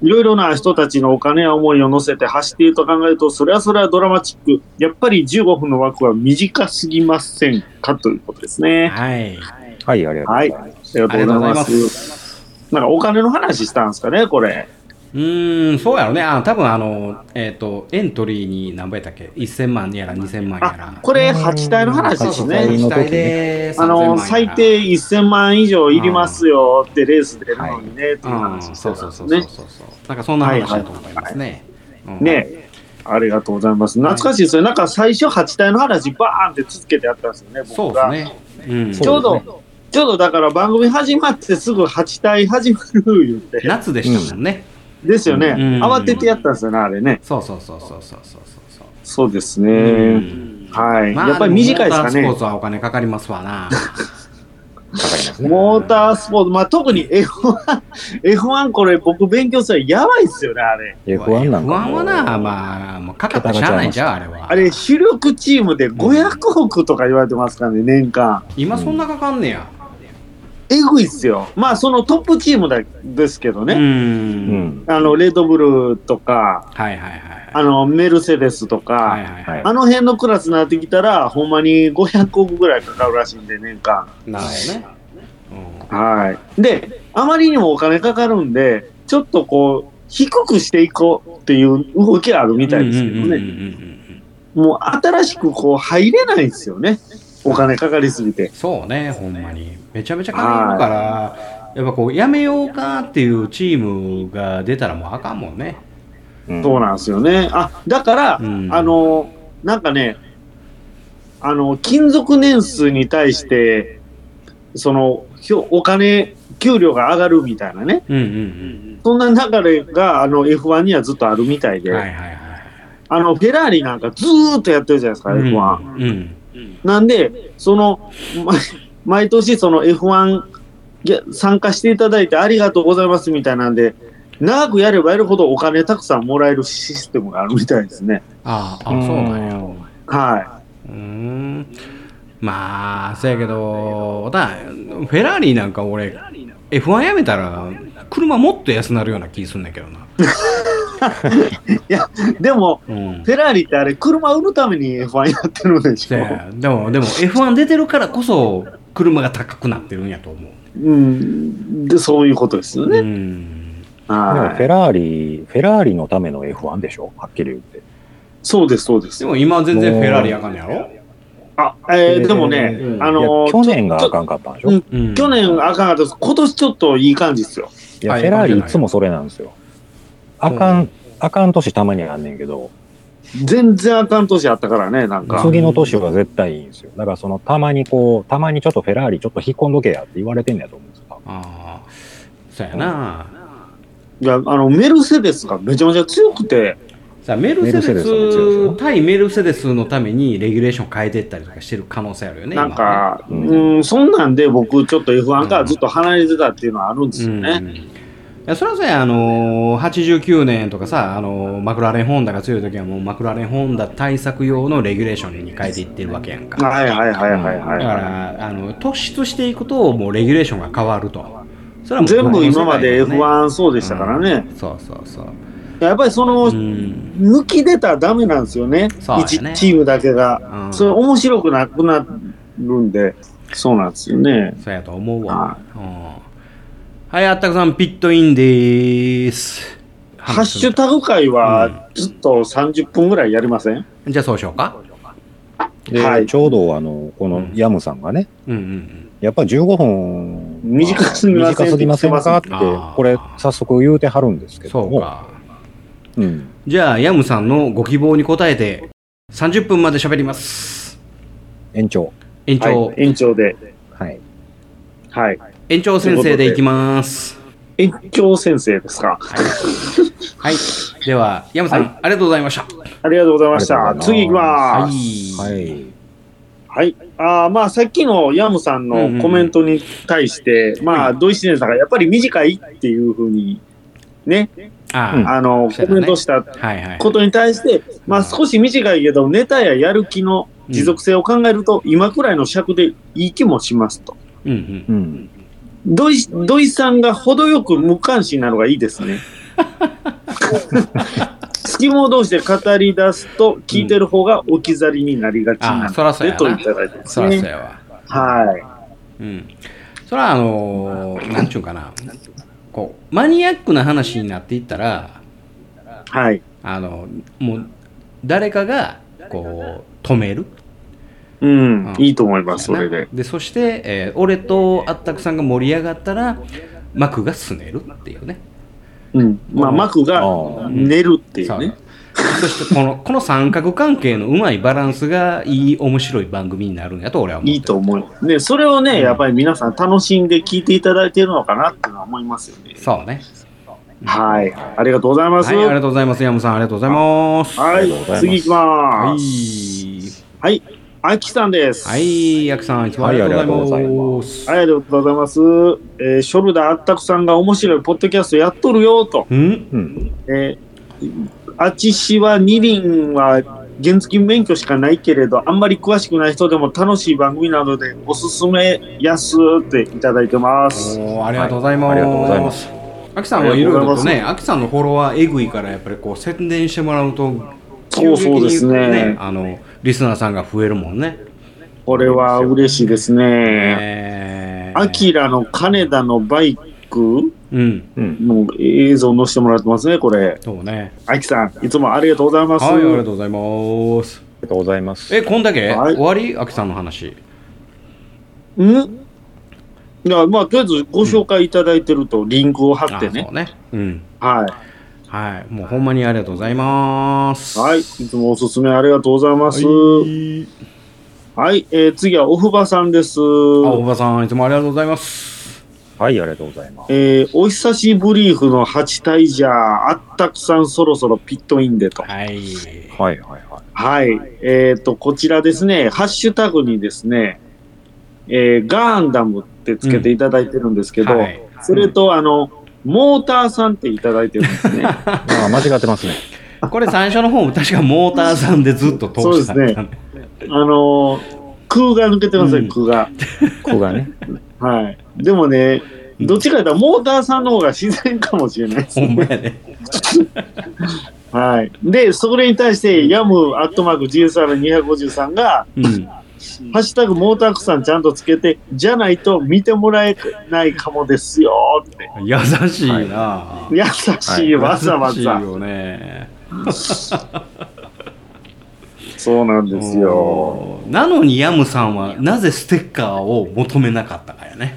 Speaker 2: お
Speaker 1: いろいろな人たちのお金や思いを乗せて走っていると考えると、それはそれはドラマチック。やっぱり15分の枠は短すぎませんかということですね。
Speaker 2: はい。
Speaker 3: はい、ありがとうございます。
Speaker 1: ありがとうございま。
Speaker 2: ありがとうございます
Speaker 1: なんかお金の話したんですかね、これ。
Speaker 2: うーん、そうやろね。あ、多分あの、えっ、と、エントリーに何倍だっけ ?1000 万やら2000万や
Speaker 1: あ
Speaker 2: ら、。
Speaker 1: これ8体の話
Speaker 2: そう
Speaker 1: で
Speaker 2: そ
Speaker 1: す
Speaker 2: うそう
Speaker 1: ね。
Speaker 2: 期待で
Speaker 1: あ
Speaker 2: 3000万や
Speaker 1: の、
Speaker 2: ら
Speaker 1: 最低1000万以上いりますよってレース出るのにね、っていう
Speaker 2: うん、
Speaker 1: 話
Speaker 2: そう
Speaker 1: で
Speaker 2: そう
Speaker 1: す
Speaker 2: そうそうそう、
Speaker 1: ね。
Speaker 2: なんかそんな話だと思いますね。うん
Speaker 1: ねありがとうございます。懐かしいですね。なんか最初8体の話バーンって続けてあったんですよね、
Speaker 2: そ
Speaker 1: 僕
Speaker 2: うです
Speaker 1: が。
Speaker 2: ね。うん、
Speaker 1: ちょう
Speaker 3: そう
Speaker 1: ど、ちょうどだから番組始まってすぐ8体始まる言って。
Speaker 2: 夏でしたもんね。
Speaker 1: ですよね。
Speaker 2: うん
Speaker 1: 慌ててやったんですよね、あれね。
Speaker 2: そうそうそうそうそうそうそう。
Speaker 1: そうです
Speaker 2: う
Speaker 1: ね。
Speaker 2: ん
Speaker 1: はい。
Speaker 2: まあ
Speaker 1: やっぱり短いですか
Speaker 2: モータースポ
Speaker 1: ね
Speaker 2: ー。ツはお金かかりますわな。
Speaker 3: かかりますね。
Speaker 1: モータースポーツ、まあ特に F1、F1 これ僕勉強するやばいっすよね、あれ。
Speaker 3: F1 なんかも。
Speaker 2: 不安はな、まあ、もうかかってしゃあないんちゃう、あれは。
Speaker 1: あれ、主力チームで500億とか言われてますからね、年間。
Speaker 2: 今そんなかかんねや。
Speaker 1: えぐいっすよ。まあそのトップチームだですけど
Speaker 2: う。
Speaker 1: ね。
Speaker 3: うんん。
Speaker 1: あの、レッドブルとか、
Speaker 2: はいはいはい。
Speaker 1: あの、メルセデスとか、
Speaker 2: はいはいは
Speaker 3: はいい。
Speaker 1: あの辺のクラスになってきたら、ほんまに500億ぐらいかかるらしいんで、年間。
Speaker 2: なるほどね。
Speaker 1: はい。で、あまりにもお金かかるんで、ちょっとこう、低くしていこうっていう動きはあるみたいですけど
Speaker 2: うんうんうんうん
Speaker 1: ね。
Speaker 2: うんうん
Speaker 1: もう新しくこう入れないんですよね。お金かかりすぎて。
Speaker 2: そうね、ほんまに。めちゃめちゃ金いるから、やっぱこう、やめようかっていうチームが出たらもうあかんもんね。
Speaker 1: そうなんですよね。あ、だから、
Speaker 2: うん
Speaker 1: あの、なんかね、あの、勤続年数に対して、その、ひょお金、給料が上がるみたいなね。
Speaker 2: うんうん
Speaker 1: そんな流れが、あの、F1 にはずっとあるみたい
Speaker 2: うん。
Speaker 1: で、
Speaker 2: はいはいはい。
Speaker 1: あの、フェラーリなんかずーっとやってるじゃないですか、F1。
Speaker 2: うんうん。
Speaker 1: なんで、その、ま毎年その F1 いや参加していただいてありがとうございますみたいなんで、長くやればやるほどお金たくさんもらえるシステムがあるみたいですね。
Speaker 2: ああ、あそうなんや。
Speaker 3: んや。
Speaker 1: は
Speaker 2: うーんまあ、そうやけど、だフェラーリなんか俺、F1 やめたら、車もっと安なるような気すんねんけどな。
Speaker 1: い。でも、
Speaker 2: うん。
Speaker 1: フェラーリってあれ、車売るために F1 やってるんでし
Speaker 2: せ
Speaker 1: ょ。
Speaker 2: やでも、でも F1 出てるからこそ、車が高くなってるんやと思う。
Speaker 1: うん。で、そういうことですよ
Speaker 2: う
Speaker 1: ね。
Speaker 2: ん。
Speaker 3: でもフ
Speaker 1: は
Speaker 3: ェ
Speaker 1: い。
Speaker 3: ラーリ、フェラーリのための F1 でしょはっきり言って。
Speaker 1: そうです、そうです
Speaker 2: で。も今は全然フェラーリあかんねやろ
Speaker 1: あ、えーでもね、
Speaker 2: うん
Speaker 1: あ
Speaker 3: いや
Speaker 1: の
Speaker 3: 去年が
Speaker 1: ちょ
Speaker 3: あかんかったんでしょ
Speaker 1: う
Speaker 3: い
Speaker 1: ん
Speaker 2: うん
Speaker 1: 去年あかんかったです。今年ちょっといい感じですよ。
Speaker 3: や、
Speaker 2: はい
Speaker 3: フェラーリいつもそれなんですよ。あかん、あかん年たまにあんねんけど、
Speaker 1: 全然あかん年あったからね、なんか。
Speaker 3: 次の年は絶対いいんですよ。だからその、たまにこう、たまにちょっとフェラーリちょっと引っ込んどけやって言われてんねやと思うんですよ。多分
Speaker 2: ああ、そうやな。
Speaker 1: いや、あの、メルセデスがめちゃめちゃ強くて、
Speaker 2: さあメルセデス
Speaker 3: メルセデスも強いですよ
Speaker 2: 対メルセデスのためにレギュレーション変えていったりとかしてる可能性あるよね。
Speaker 1: なんか、
Speaker 3: 今はね
Speaker 1: うん、そんなんで僕、ちょっと F1 からずっと離れてたっていうのはあるんですよ
Speaker 2: う
Speaker 1: ね。
Speaker 2: んいやそれはそうやあのー89年とかさ、あのーマクラーレン・ホンダが強い時はもうマクラーレン・ホンダ対策用のレギュレーションに変えていってるわけやんか。
Speaker 1: はいはいはいはい
Speaker 2: だ
Speaker 1: はい
Speaker 2: か
Speaker 1: は。
Speaker 2: らあの突出していくともうレギュレーションが変わると。それはいもう
Speaker 1: 全部今まで
Speaker 2: この世界のね
Speaker 1: F1 そうでしたからね。
Speaker 2: そうそうそう。
Speaker 1: やっぱりその、
Speaker 2: うん
Speaker 1: 抜き出たらダメなんですよね。
Speaker 2: そうやね
Speaker 1: 一チームだけが。
Speaker 2: うん
Speaker 1: それ
Speaker 2: そ
Speaker 1: 面白くなくなるんで、そうなんですよね。
Speaker 2: うやと思うわ
Speaker 1: は。
Speaker 2: うんはい、あったくさん、ピットインでーす。
Speaker 1: ハッシュタグ会はずっと30分ぐらいやりません
Speaker 2: じゃあそうしようか。
Speaker 3: で、
Speaker 1: はい
Speaker 3: ちょうどあの、このヤムさんがね、
Speaker 2: うんうんうん。
Speaker 3: やっぱ15分、
Speaker 1: 短すぎません
Speaker 3: 短すぎませんかって
Speaker 2: あー、
Speaker 3: これ早速言うてはるんですけ
Speaker 2: そ
Speaker 3: ど
Speaker 2: う
Speaker 3: も、
Speaker 2: か。
Speaker 3: うん、
Speaker 2: じゃあ、ヤムさんのご希望に応えて、30分まで喋ります。
Speaker 3: 延長。
Speaker 2: 延長、
Speaker 1: はい、延長で。
Speaker 3: はい。
Speaker 1: はい。
Speaker 2: 延長先生でいきます。
Speaker 1: 延長先生ですか。
Speaker 2: はい。では、ヤムさん、ありがとうございました。
Speaker 1: ありがとうございまし
Speaker 3: あ
Speaker 1: た。
Speaker 3: りがとう
Speaker 1: 次行き
Speaker 3: ござ
Speaker 1: ま
Speaker 3: い
Speaker 2: は
Speaker 1: す。
Speaker 2: い。
Speaker 3: はい。
Speaker 1: はい。ああまあ、さっきのヤムさん
Speaker 2: うんうん
Speaker 1: のコメントに対して、まあ、ドイシネさんがやっぱり短いっていうふうに、ね、
Speaker 2: あ
Speaker 3: うん
Speaker 2: あ、
Speaker 1: あの、
Speaker 2: そうだ
Speaker 1: コメ
Speaker 2: ね
Speaker 1: ントした
Speaker 2: はいはい。
Speaker 1: ことに対して、まあ、少し短いけど、ネタややる気の持続性を考えると、今くらいの尺でいい気もしますと。
Speaker 2: うんうん。
Speaker 3: うん。
Speaker 1: ドイ、ドイさんが程よく無関心なのがいいですね。隙間同士で語り出すと、聞いてる方が置き去りになりがち
Speaker 2: あ
Speaker 1: な
Speaker 2: あそらそ
Speaker 1: の
Speaker 2: うや
Speaker 1: で、
Speaker 2: な
Speaker 1: といただいてます
Speaker 2: そらそう
Speaker 1: ね。
Speaker 2: やわ。
Speaker 1: は
Speaker 2: うん。そら、あのー、なんちゅうんかな。こう、マニアックな話になっていったら、
Speaker 1: い。はい。
Speaker 2: あの、もう、誰かが、こう、止める。
Speaker 1: うん
Speaker 2: うん、
Speaker 1: いいと思います、それで。
Speaker 2: そして、えー俺とあったくさんが盛り上がったら、幕がすねるっていうね。
Speaker 1: うん。まあ、幕
Speaker 3: あ
Speaker 1: が
Speaker 3: ー
Speaker 1: 寝るっていう
Speaker 2: そう
Speaker 1: ね。
Speaker 2: そしてこの、この三角関係のうまいバランスがいい、面白い番組になるんやと俺は思ってる
Speaker 1: いいと思う。で、それをね、やっぱり皆さん楽しんで聞いていただいてるのかなっていうのは思いますよね。
Speaker 2: そうね。
Speaker 1: はい。ありがとうございます。
Speaker 2: はい、ありがとうございます。山本さん、ありがとうございます。
Speaker 1: は
Speaker 3: りがとうございま
Speaker 1: い。
Speaker 3: す
Speaker 1: 次行きま
Speaker 2: は
Speaker 1: す。
Speaker 2: い。
Speaker 1: はい。あきさんです。
Speaker 2: はい、ヤクさん、いつもありがとうございます。
Speaker 1: ありがとうございます。えーショルダーあったくさんが面白いポッドキャストやっとるよと。
Speaker 2: うん
Speaker 3: うん。
Speaker 1: えーあちしは二輪は原付免許しかないけれど、あんまり詳しくない人でも楽しい番組なので、おすすめやすっていただいてます。
Speaker 2: おーありがとうございます。
Speaker 3: はいありがとうございます。
Speaker 2: アキさんはいろいろと
Speaker 1: あり
Speaker 2: ね、アキさんのフォロワーえぐいから、やっぱりこう宣伝してもらうと、
Speaker 1: そうそうですね
Speaker 2: 急激にあの、リスナーさんが増えるもんね。
Speaker 1: これは嬉しいですね。
Speaker 2: えー
Speaker 1: アキラの金田のバイク
Speaker 2: うん、
Speaker 3: うん。
Speaker 1: の映像載せてもらってますね、これ。
Speaker 2: そうね。
Speaker 1: アキさん、いつもありがとうございます。
Speaker 2: はい、ありがとうございます。
Speaker 3: ありがとうございます。
Speaker 2: え、こんだけ、
Speaker 1: はい
Speaker 2: 終わりアキさんの話。
Speaker 1: うんいや、まあ、とりあえずご紹介いただいてると、リンクを貼
Speaker 2: あ
Speaker 1: ってね
Speaker 2: そ。うね。うん。
Speaker 1: はい。
Speaker 2: はい、もうほんまにありがとうございます。
Speaker 1: はい。いつもおすすめありがとうございます。はい。えー次は、おふばさんです。
Speaker 2: あ、おばさん、いつもありがとうございます。
Speaker 3: はい、ありがとうございます。
Speaker 1: えーお久しぶりーふの8体じゃ、あったくさんそろそろピットインでと。
Speaker 2: はい。
Speaker 3: はいはいはい。
Speaker 1: はい。えっ、と、こちらですね、ハッシュタグにですね、えーガンダムってつけていただいてるんですけど、
Speaker 2: はい
Speaker 1: それと、あの、モーターさんっていただいてるん ですね。
Speaker 3: ああ、間違ってますね。
Speaker 2: これ最初の方も確かモーターさんでずっと通してたんだ
Speaker 1: そ
Speaker 2: ね。
Speaker 1: あのー空が抜けてますね、
Speaker 2: うん
Speaker 1: 空が。
Speaker 3: ここがね。
Speaker 1: はい。でもね、どっちかというとモーターさんの方が自然かもしれないです
Speaker 2: ほ。んまやね。
Speaker 1: はい。で、それに対して、ヤムアットマーク GSR253 が、
Speaker 2: うん。
Speaker 1: ハッシュタグモータークさんちゃんとつけて、じゃないと見てもらえないかもですよって。
Speaker 2: 優しいな。
Speaker 1: 優しい、わざわ
Speaker 2: 優しい
Speaker 1: ざ。
Speaker 2: よね。
Speaker 1: そうなんですよ。
Speaker 2: なのにヤムさんはなぜステッカーを求めなかったかやね。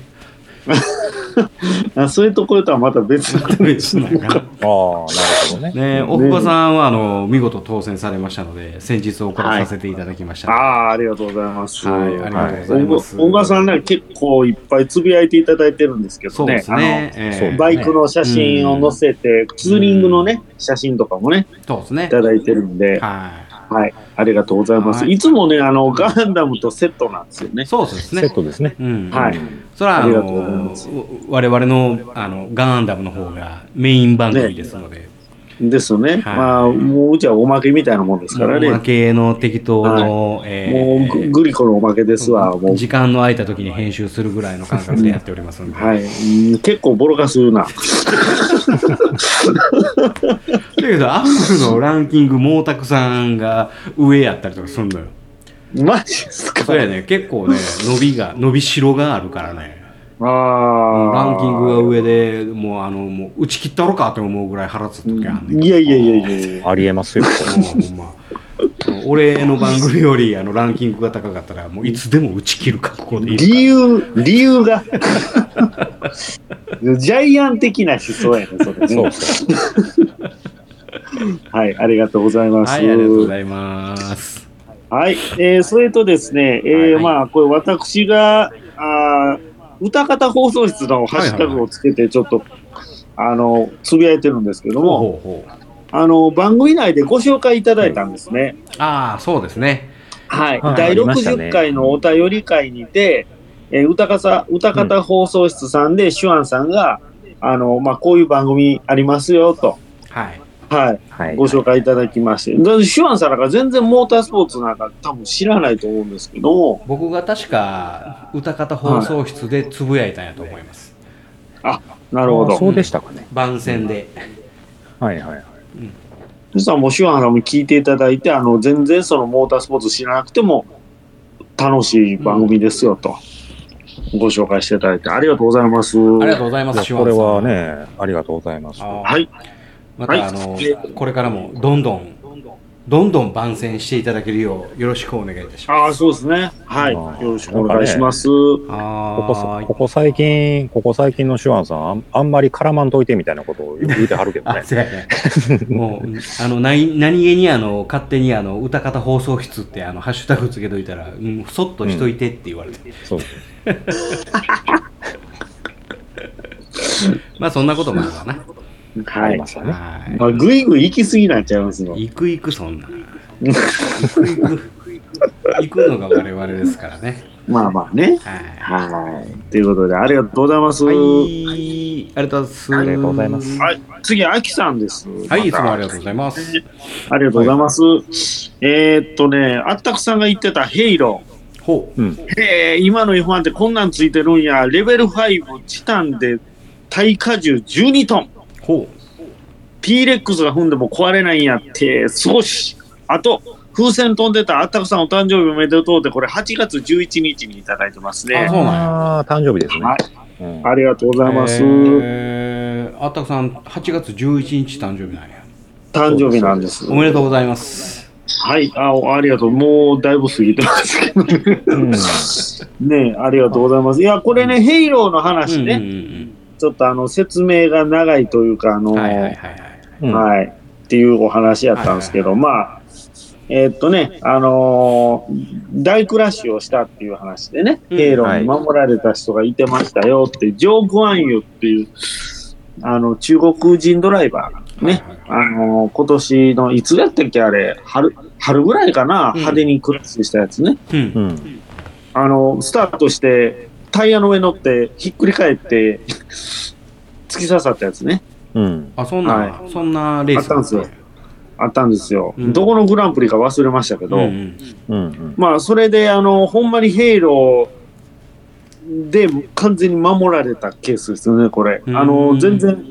Speaker 1: あそういうところとはまた別の。
Speaker 2: 別なんか
Speaker 3: ああ、なるほどね。
Speaker 2: ね、大久保さんはあの見事当選されましたので、先日お送らさせていただき ました
Speaker 1: あ
Speaker 2: ので。
Speaker 1: あ、ありがとうございます。
Speaker 2: はいありがとうございます
Speaker 1: はい小川さんね、結構いっぱいつぶやいていただいてるんですけどね。
Speaker 2: そうですね。え
Speaker 1: あ
Speaker 2: え
Speaker 1: の。バイク。の写真を載せて、ツーリングのね、写真とかもね、
Speaker 2: そうですね
Speaker 1: い。ただいてるんで、
Speaker 2: は
Speaker 1: はい、ありがとうございます。
Speaker 2: はい
Speaker 1: いつもね、あの、ガンダムとセットなんですよ
Speaker 2: い。
Speaker 1: ね。
Speaker 2: そうです
Speaker 3: セ
Speaker 2: ね
Speaker 3: ッ。トですね。
Speaker 2: うん。
Speaker 1: はい。
Speaker 2: それはあ
Speaker 1: ありがとうござい
Speaker 2: の
Speaker 1: ます
Speaker 2: 我々のあのガンダムの方がメイン番組ですので、
Speaker 1: ですよね。
Speaker 2: はい
Speaker 1: まあ、もううちはおまけみたいなもんです
Speaker 2: も
Speaker 1: か
Speaker 2: う
Speaker 1: ら
Speaker 2: おま
Speaker 1: ね。
Speaker 2: けの適当の、え
Speaker 1: もう
Speaker 2: ー
Speaker 1: ググリコのおまけですわ、もう。
Speaker 2: 時間の空いた時に編集するぐらいの感覚でやっておりますので、
Speaker 1: はい、うん結構ボロカス言うな。
Speaker 2: というけどアップルのランキング毛沢さんが上やったりとかするのよ
Speaker 1: マジっすか
Speaker 2: それやね結構ね伸びが伸びしろがあるからね
Speaker 1: あラ
Speaker 2: ランキングが上でもうあのもう打ち切ったろかと思うぐらい腹立つ時あんねんけど
Speaker 1: いやいやいやいやいや。
Speaker 3: ありえますよ、これ。
Speaker 2: もうほんま俺の番組よりあのランキングが高かったらもういつでも打ち切る覚悟でい
Speaker 1: 理
Speaker 2: る
Speaker 1: 由、理由 が。ジャイアン的な思想やね、それね。
Speaker 3: そうそう。
Speaker 1: はい、ありがとうございます。
Speaker 2: はいありがとうございます
Speaker 1: はいえーそれとですね、えー
Speaker 2: はい
Speaker 1: まあ、これ私が、あー歌方放送室のハッシュタグをつけて、ちょっと、あの、つぶやいてるんですけども、
Speaker 2: ほうほうほう
Speaker 1: あの、番組内でご紹介いただいたんですね。
Speaker 2: ああそうですね
Speaker 1: はい。
Speaker 3: はいあ
Speaker 1: 第
Speaker 3: りましたね
Speaker 1: 60回のお便り会にて、えー歌方、歌方放送室さんで、シュアンさんが、あの、まあ、こういう番組ありますよ、と。
Speaker 2: はい
Speaker 1: はい。
Speaker 3: はい。
Speaker 1: ご紹介いただきまして。でシュワンさんなんか全然モータースポーツなんか多分知らないと思うんですけども、
Speaker 2: 僕が確か歌方放送室でつぶやいたんやと思います、
Speaker 1: なるほ
Speaker 3: あそう
Speaker 1: ど。
Speaker 3: でしたかね。
Speaker 2: 番宣で
Speaker 3: はいはいはい。
Speaker 1: そしたらもうシュアンさんも聞いていただいて、あの、全然そのモータースポーツ知らなくても楽しい番組ですよと、ご紹介していただいて、ありがとうございます。
Speaker 2: ありがとうございます、
Speaker 3: いや
Speaker 2: シュワ
Speaker 3: こ
Speaker 2: ン
Speaker 3: れ
Speaker 2: さん
Speaker 3: は。ね、ありがとうございます。
Speaker 2: あー
Speaker 1: はい。
Speaker 2: また、
Speaker 1: はい
Speaker 2: あの、これからもどんどん、どんどん番宣していただけるよう、よろしくお願いいたします。
Speaker 1: ああ、そうですね。はい。
Speaker 3: あー
Speaker 1: よろしくお願いします。
Speaker 3: ここ
Speaker 2: あ
Speaker 3: さ
Speaker 2: ー
Speaker 3: ここ最近、ここ最近のシュワンさん、あんあんまり絡まんといてみたいなことを言うてはるけ ど
Speaker 2: あ、
Speaker 3: ね。
Speaker 2: せやね。もう、あの、何、何気にあの、勝手にあの、歌方放送室ってあの、ハッシュタグつけといたら、うん、そっとしといてって言われて。
Speaker 3: そう。
Speaker 2: まあ、そんなこともあるわな。
Speaker 3: あ
Speaker 1: は
Speaker 3: り
Speaker 1: い
Speaker 3: ま。したね。
Speaker 2: は
Speaker 1: まあ、ぐいぐい行き過ぎなっちゃいますの。
Speaker 2: い。行く行く、そんな。行く行く。行くのが我々ですからね。
Speaker 1: まあまあね。
Speaker 2: は
Speaker 1: はい。ということで、ありがとうございます。
Speaker 2: い。は
Speaker 1: はい。
Speaker 2: い。ありがとうございます。
Speaker 3: ありがとうございます
Speaker 1: 次、アキさんです。
Speaker 2: は
Speaker 1: ま
Speaker 2: い、いつもあ
Speaker 1: た
Speaker 2: りがとうございます。
Speaker 1: ありがとうございます。えーっとね、あったくさんが言ってたヘイロー。
Speaker 2: ほ
Speaker 3: うん。
Speaker 1: へえ、今の F1 ってこんなんついてるんや。レベル5、チタンで耐荷重12トン。
Speaker 2: う、ほ
Speaker 1: P レックスが踏んでも壊れないんやって、少し。あと、風船飛んでたあったくさんお誕生日おめでとうって、これ8月11日にいただいてます
Speaker 2: あ
Speaker 1: ね
Speaker 2: そ。うなん
Speaker 3: ああー、誕生日ですね
Speaker 1: はい。
Speaker 3: うん
Speaker 1: ありがとうご
Speaker 2: う。
Speaker 1: ざいます。
Speaker 2: えーあったくさん、8月11日誕生日なんや。
Speaker 1: 誕生日なんです。
Speaker 2: おめでとうございます。
Speaker 1: はい、あおありがとう。もうだいぶ過ぎてますけどね。
Speaker 3: うん
Speaker 1: ね ありがとうございます。いや、これね、ヘイローの話ね、
Speaker 2: うんうんうん
Speaker 1: ちょっとあの、説明が長いというか、あの、
Speaker 2: うん
Speaker 1: は
Speaker 2: はい
Speaker 1: い、
Speaker 2: はいはいはい。
Speaker 3: うん
Speaker 1: っていうお話やったんですけど、まあ、えーっとね、あのー大クラッシュをしたっていう話でね、
Speaker 2: うん
Speaker 1: ヘイローに守られた人がいてましたよって、ジョー・グアンユっていう、あの、中国人ドライバー、ね、あの今年のいつやったっけあれ、春、春ぐらいかな、
Speaker 2: うん
Speaker 1: 派手にクラスしたやつね。
Speaker 2: うん。
Speaker 3: うん。
Speaker 1: あの、スタートして、タイヤの上乗って、ひっくり返って、 突き刺さったやつね。
Speaker 3: うん。
Speaker 2: あ、そんな、
Speaker 1: は
Speaker 2: そんなレース
Speaker 1: あったんです
Speaker 2: よ。
Speaker 1: あったんですよ。
Speaker 2: うん
Speaker 1: どこのグランプリか忘れましたけど、
Speaker 2: うんうん
Speaker 3: うん。うん。
Speaker 1: まあ、それで、あの、ほんまにヘイローで完全に守られたケースですよね、これ。
Speaker 2: うん
Speaker 1: あの、全然、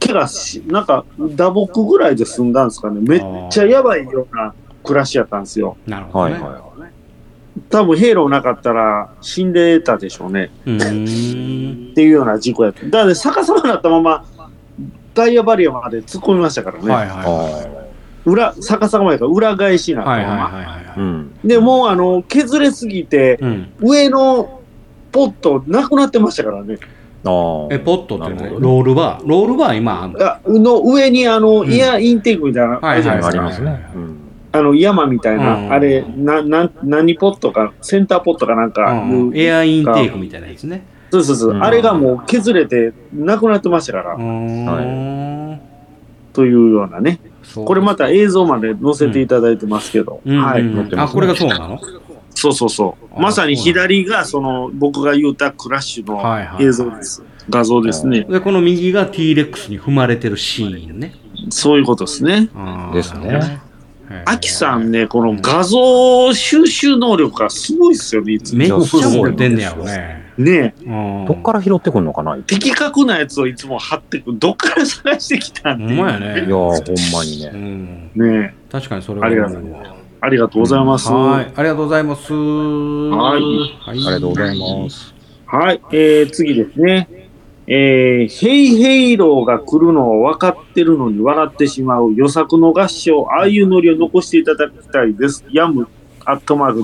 Speaker 1: 怪我し、なんか、打撲ぐらいで済んだんですかね。めっちゃやばいようなクラッシュやったんですよ。
Speaker 2: なるほど
Speaker 3: はい
Speaker 2: ね。
Speaker 3: はいはい。
Speaker 1: 多分ヘイローなかったら死んでたでしょうね。
Speaker 2: うーん。
Speaker 1: っていうような事故やった。だから逆さまになったまま、ダイヤバリアまで突っ込みましたからね。
Speaker 2: はいはいは
Speaker 3: は
Speaker 1: 裏、逆さまやから裏返しになっ
Speaker 2: い。
Speaker 1: たま
Speaker 2: はいはい
Speaker 1: ま。
Speaker 2: はい
Speaker 3: い。う
Speaker 2: は
Speaker 3: ん。
Speaker 1: で、もうあの、削れすぎて
Speaker 2: い。、うん。
Speaker 1: 上のポットなくなってましたからね。
Speaker 3: あー
Speaker 2: え、ポットって
Speaker 3: な
Speaker 2: ね
Speaker 3: るほど
Speaker 2: ロールバー。ロールバー今あんの
Speaker 1: あの上にあの、
Speaker 2: うん
Speaker 1: イヤーインテークみたいな、
Speaker 2: はいはい
Speaker 1: あるじゃな
Speaker 3: あ
Speaker 1: いで
Speaker 3: り
Speaker 1: すか
Speaker 3: ますね。うん。
Speaker 1: あの山みたいな、
Speaker 2: うん
Speaker 1: あれ、な、な、何ポットか、センターポットかなんかいう、
Speaker 2: うんエアインテークみたいなやつね。
Speaker 1: そうそうそう、
Speaker 3: うん
Speaker 1: あれがもう削れてなくなってましたから、
Speaker 2: うーん。
Speaker 1: というようなね。
Speaker 2: そう
Speaker 1: これまた映像まで載せていただいてますけど、
Speaker 2: うんうん
Speaker 1: はい、
Speaker 3: 乗って
Speaker 2: あ、
Speaker 3: ますね
Speaker 2: これがそうなのは
Speaker 1: そうそうそ
Speaker 2: あ
Speaker 1: う。まさに
Speaker 2: そうなんだ
Speaker 1: 左がその僕が言うたクラッシュの
Speaker 2: いはい。
Speaker 1: 映像です。画像ですね。
Speaker 2: で、この右が T レックスに踏まれてるシーンね。
Speaker 1: そういうことですね。
Speaker 2: あー
Speaker 3: ですね。
Speaker 2: へー
Speaker 1: アキさんね、この画像収集能力がすごいですよね、いつも
Speaker 2: めっちゃ持ってんねやろね。
Speaker 1: ねえ
Speaker 2: ど
Speaker 3: どっから拾ってくんのかない
Speaker 1: 的確なやつをいつも貼ってくる。どっから探してきたん
Speaker 2: ほ
Speaker 1: で。
Speaker 2: んまやね。
Speaker 3: やー、ほんまに
Speaker 2: う
Speaker 3: ね。
Speaker 2: ん。
Speaker 1: ねえ
Speaker 2: 確かにそれ
Speaker 1: ありが
Speaker 2: は
Speaker 1: と
Speaker 2: 思
Speaker 1: う
Speaker 2: うわ。
Speaker 1: ありがとうございます。
Speaker 2: は
Speaker 1: はいい。。
Speaker 2: ありがとうございます。はいあ
Speaker 3: ありがとうございます。
Speaker 1: えー、次ですね。えー、ヘイヘイローが来るのを分かってるのに笑ってしまう予作の合唱、ああいうノリを残していただきたいです。ヤム、アットマーク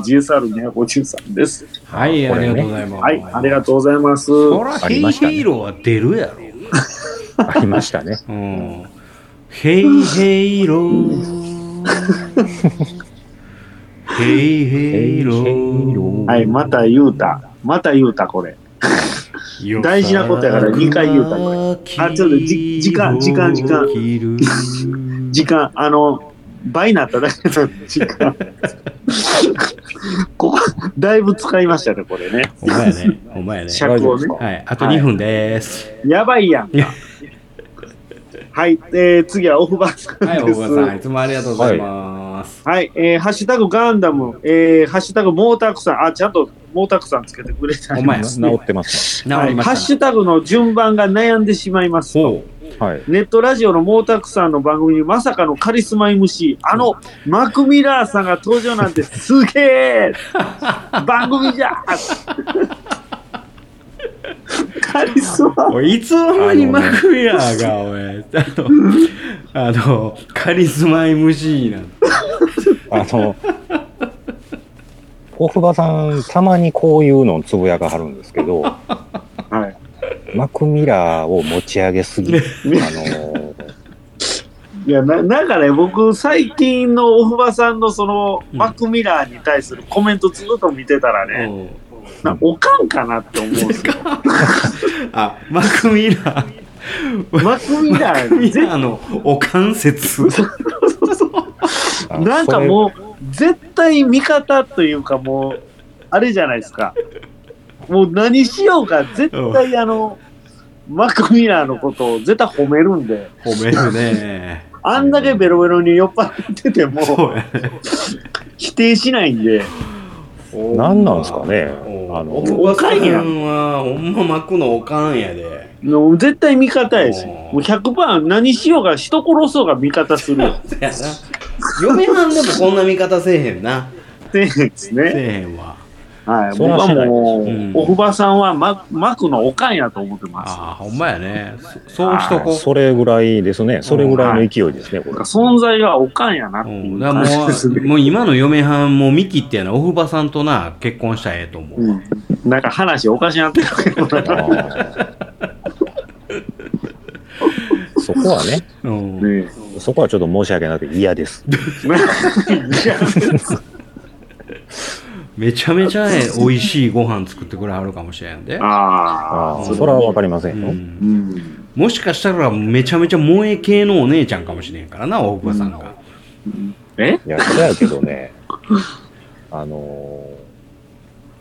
Speaker 1: GSR253 です。
Speaker 2: はい、
Speaker 3: こ
Speaker 2: あ
Speaker 3: れ
Speaker 2: り
Speaker 3: ね
Speaker 2: がとうございます。
Speaker 1: はい、ありがとうございます。
Speaker 2: そら、
Speaker 3: あ
Speaker 2: ヘ
Speaker 3: り
Speaker 2: イ
Speaker 3: ましたね
Speaker 2: ヘイローは出るやろ。
Speaker 3: ありまし たね。
Speaker 2: うん。ヘイヘイロ ー。ヘイヘイロー。
Speaker 1: はい、また言うた。また言うた、これ。大事なことやから二回言うたこれ
Speaker 2: あ、
Speaker 1: あちょっとじ時間時間時間
Speaker 2: 間
Speaker 1: 時間、あの、倍になっただけの時 間。ここ、だいぶ使いましたね、これね。
Speaker 2: お前ね。お前ね。
Speaker 1: 尺をね。
Speaker 2: はい、あと2分です。
Speaker 1: やばいやん
Speaker 2: いや
Speaker 1: か。 はい、えー、次はオフバーさん
Speaker 2: はい、大
Speaker 1: で
Speaker 2: 場
Speaker 1: す。
Speaker 2: さん、いつもありがとうございます。
Speaker 1: はい、えー、ハッシュタグガンダム、えー、ハッシュタグモータクさん、あ、ちゃんとモータクさんつけてくれた
Speaker 2: お
Speaker 1: り
Speaker 2: 前
Speaker 1: ま
Speaker 2: や
Speaker 1: す
Speaker 3: 治
Speaker 1: ね。
Speaker 3: ってます
Speaker 2: 治り
Speaker 1: はい、
Speaker 2: ま
Speaker 1: ハッシ
Speaker 2: し
Speaker 1: ュタグの順番が悩んでしまいます
Speaker 2: た。。おう
Speaker 3: はい。
Speaker 1: ネットラジオの毛沢さんの番組にまさかのカリスマ MC、あのマクミラーさんが登場なんてす げえ番組じゃカリスマ
Speaker 2: おいいつの間にマクミラーが、おい、あの、あの、カリスマ MC なんて。
Speaker 3: あの、大場さん、たまにこういうのをつぶやかはるんですけど、
Speaker 1: はい。
Speaker 3: マクミラーを持ち上げすぎ、あの、
Speaker 1: いや、な、だからね、僕、最近のおふばさんのその、
Speaker 2: うん
Speaker 1: マクミラーに対するコメントずっと見てたらね、
Speaker 2: うん
Speaker 1: なおかんかなって思うんですよ。
Speaker 2: あ、マクミラー。
Speaker 1: マクミラー
Speaker 2: ミ
Speaker 1: 絶対
Speaker 2: ラーのお 関節。
Speaker 3: あ
Speaker 1: なんかもう、絶対味方というかもう、あれじゃないですか。もう何しようか、絶対あの、マクミラーのことを絶対褒めるんで、
Speaker 2: 褒めるね。
Speaker 1: あんだけベロベロに酔っ払ってても、
Speaker 2: そうやね。
Speaker 1: 否定しないんで、
Speaker 3: それ何なんですかね
Speaker 2: お
Speaker 3: あの
Speaker 2: おばさんは、ほんま幕のおかんやで。
Speaker 1: もう絶対味方やし、もう100%何しようが人殺そうが味方する よ。
Speaker 2: そやな。嫁はんでもこんな見方せえへんな。
Speaker 1: ってです
Speaker 2: せ
Speaker 1: ね。
Speaker 2: えへんわ。
Speaker 1: はい。
Speaker 3: そ
Speaker 1: 僕
Speaker 3: ら
Speaker 1: は
Speaker 3: しない
Speaker 1: もう、
Speaker 2: うん
Speaker 1: おふばさんはママクのおかんやと思ってます。
Speaker 2: ああ、ほんまやね。そそうしとこう。
Speaker 3: それぐらいですね。それぐらいの勢いですね、これ。
Speaker 1: 存在はおかんやなって
Speaker 2: う
Speaker 1: い
Speaker 2: ん、
Speaker 1: う
Speaker 2: だか
Speaker 1: 感
Speaker 2: ら
Speaker 1: じ
Speaker 2: も
Speaker 1: です
Speaker 2: う、
Speaker 1: ね。
Speaker 2: もう今の嫁はんもミキってやな、おふばさんとな、結婚したらええと思う。
Speaker 1: うんなんか話おかしなってるけどなね
Speaker 3: そこはね、
Speaker 2: うん
Speaker 1: え。
Speaker 3: そこはちょっと申し訳なくて嫌 です。
Speaker 1: いや
Speaker 2: めちゃめちゃね、美味しいご飯作ってくれはるかもしれんで。
Speaker 1: あ
Speaker 3: ああ、
Speaker 1: あ、
Speaker 3: それはわかりませ
Speaker 2: うん
Speaker 3: よ。
Speaker 2: ん、
Speaker 1: うん。
Speaker 2: もしかしたらめちゃめちゃ萌え系のお姉ちゃんかもしれんからな、大久保さんが。
Speaker 1: え
Speaker 3: いや、そうやけど ね、あのー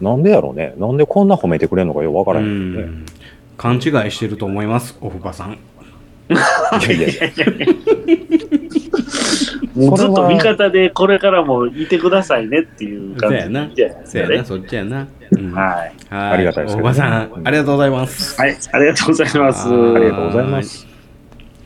Speaker 3: なんでやろうね。なんでこんな褒めてくれるのかよくわから
Speaker 2: う
Speaker 3: へんけどね。
Speaker 2: ん勘違いしてると思います、おふばさん。
Speaker 3: いやいやいや
Speaker 1: もうずっ
Speaker 3: そ
Speaker 1: と
Speaker 3: れは
Speaker 1: 味方でこれからもいてくださいねっていう感じ
Speaker 2: そうやな
Speaker 1: じゃないです
Speaker 2: そや
Speaker 1: か
Speaker 2: な、
Speaker 1: ね。
Speaker 2: そっちやな。うんはい
Speaker 1: はい。
Speaker 2: あ
Speaker 3: りがたいです
Speaker 2: お
Speaker 3: け
Speaker 2: ふ
Speaker 3: ど
Speaker 2: ばさん、ありがとうございます。
Speaker 1: はい、ありがとうございます。
Speaker 2: あ
Speaker 3: ありがとうございます。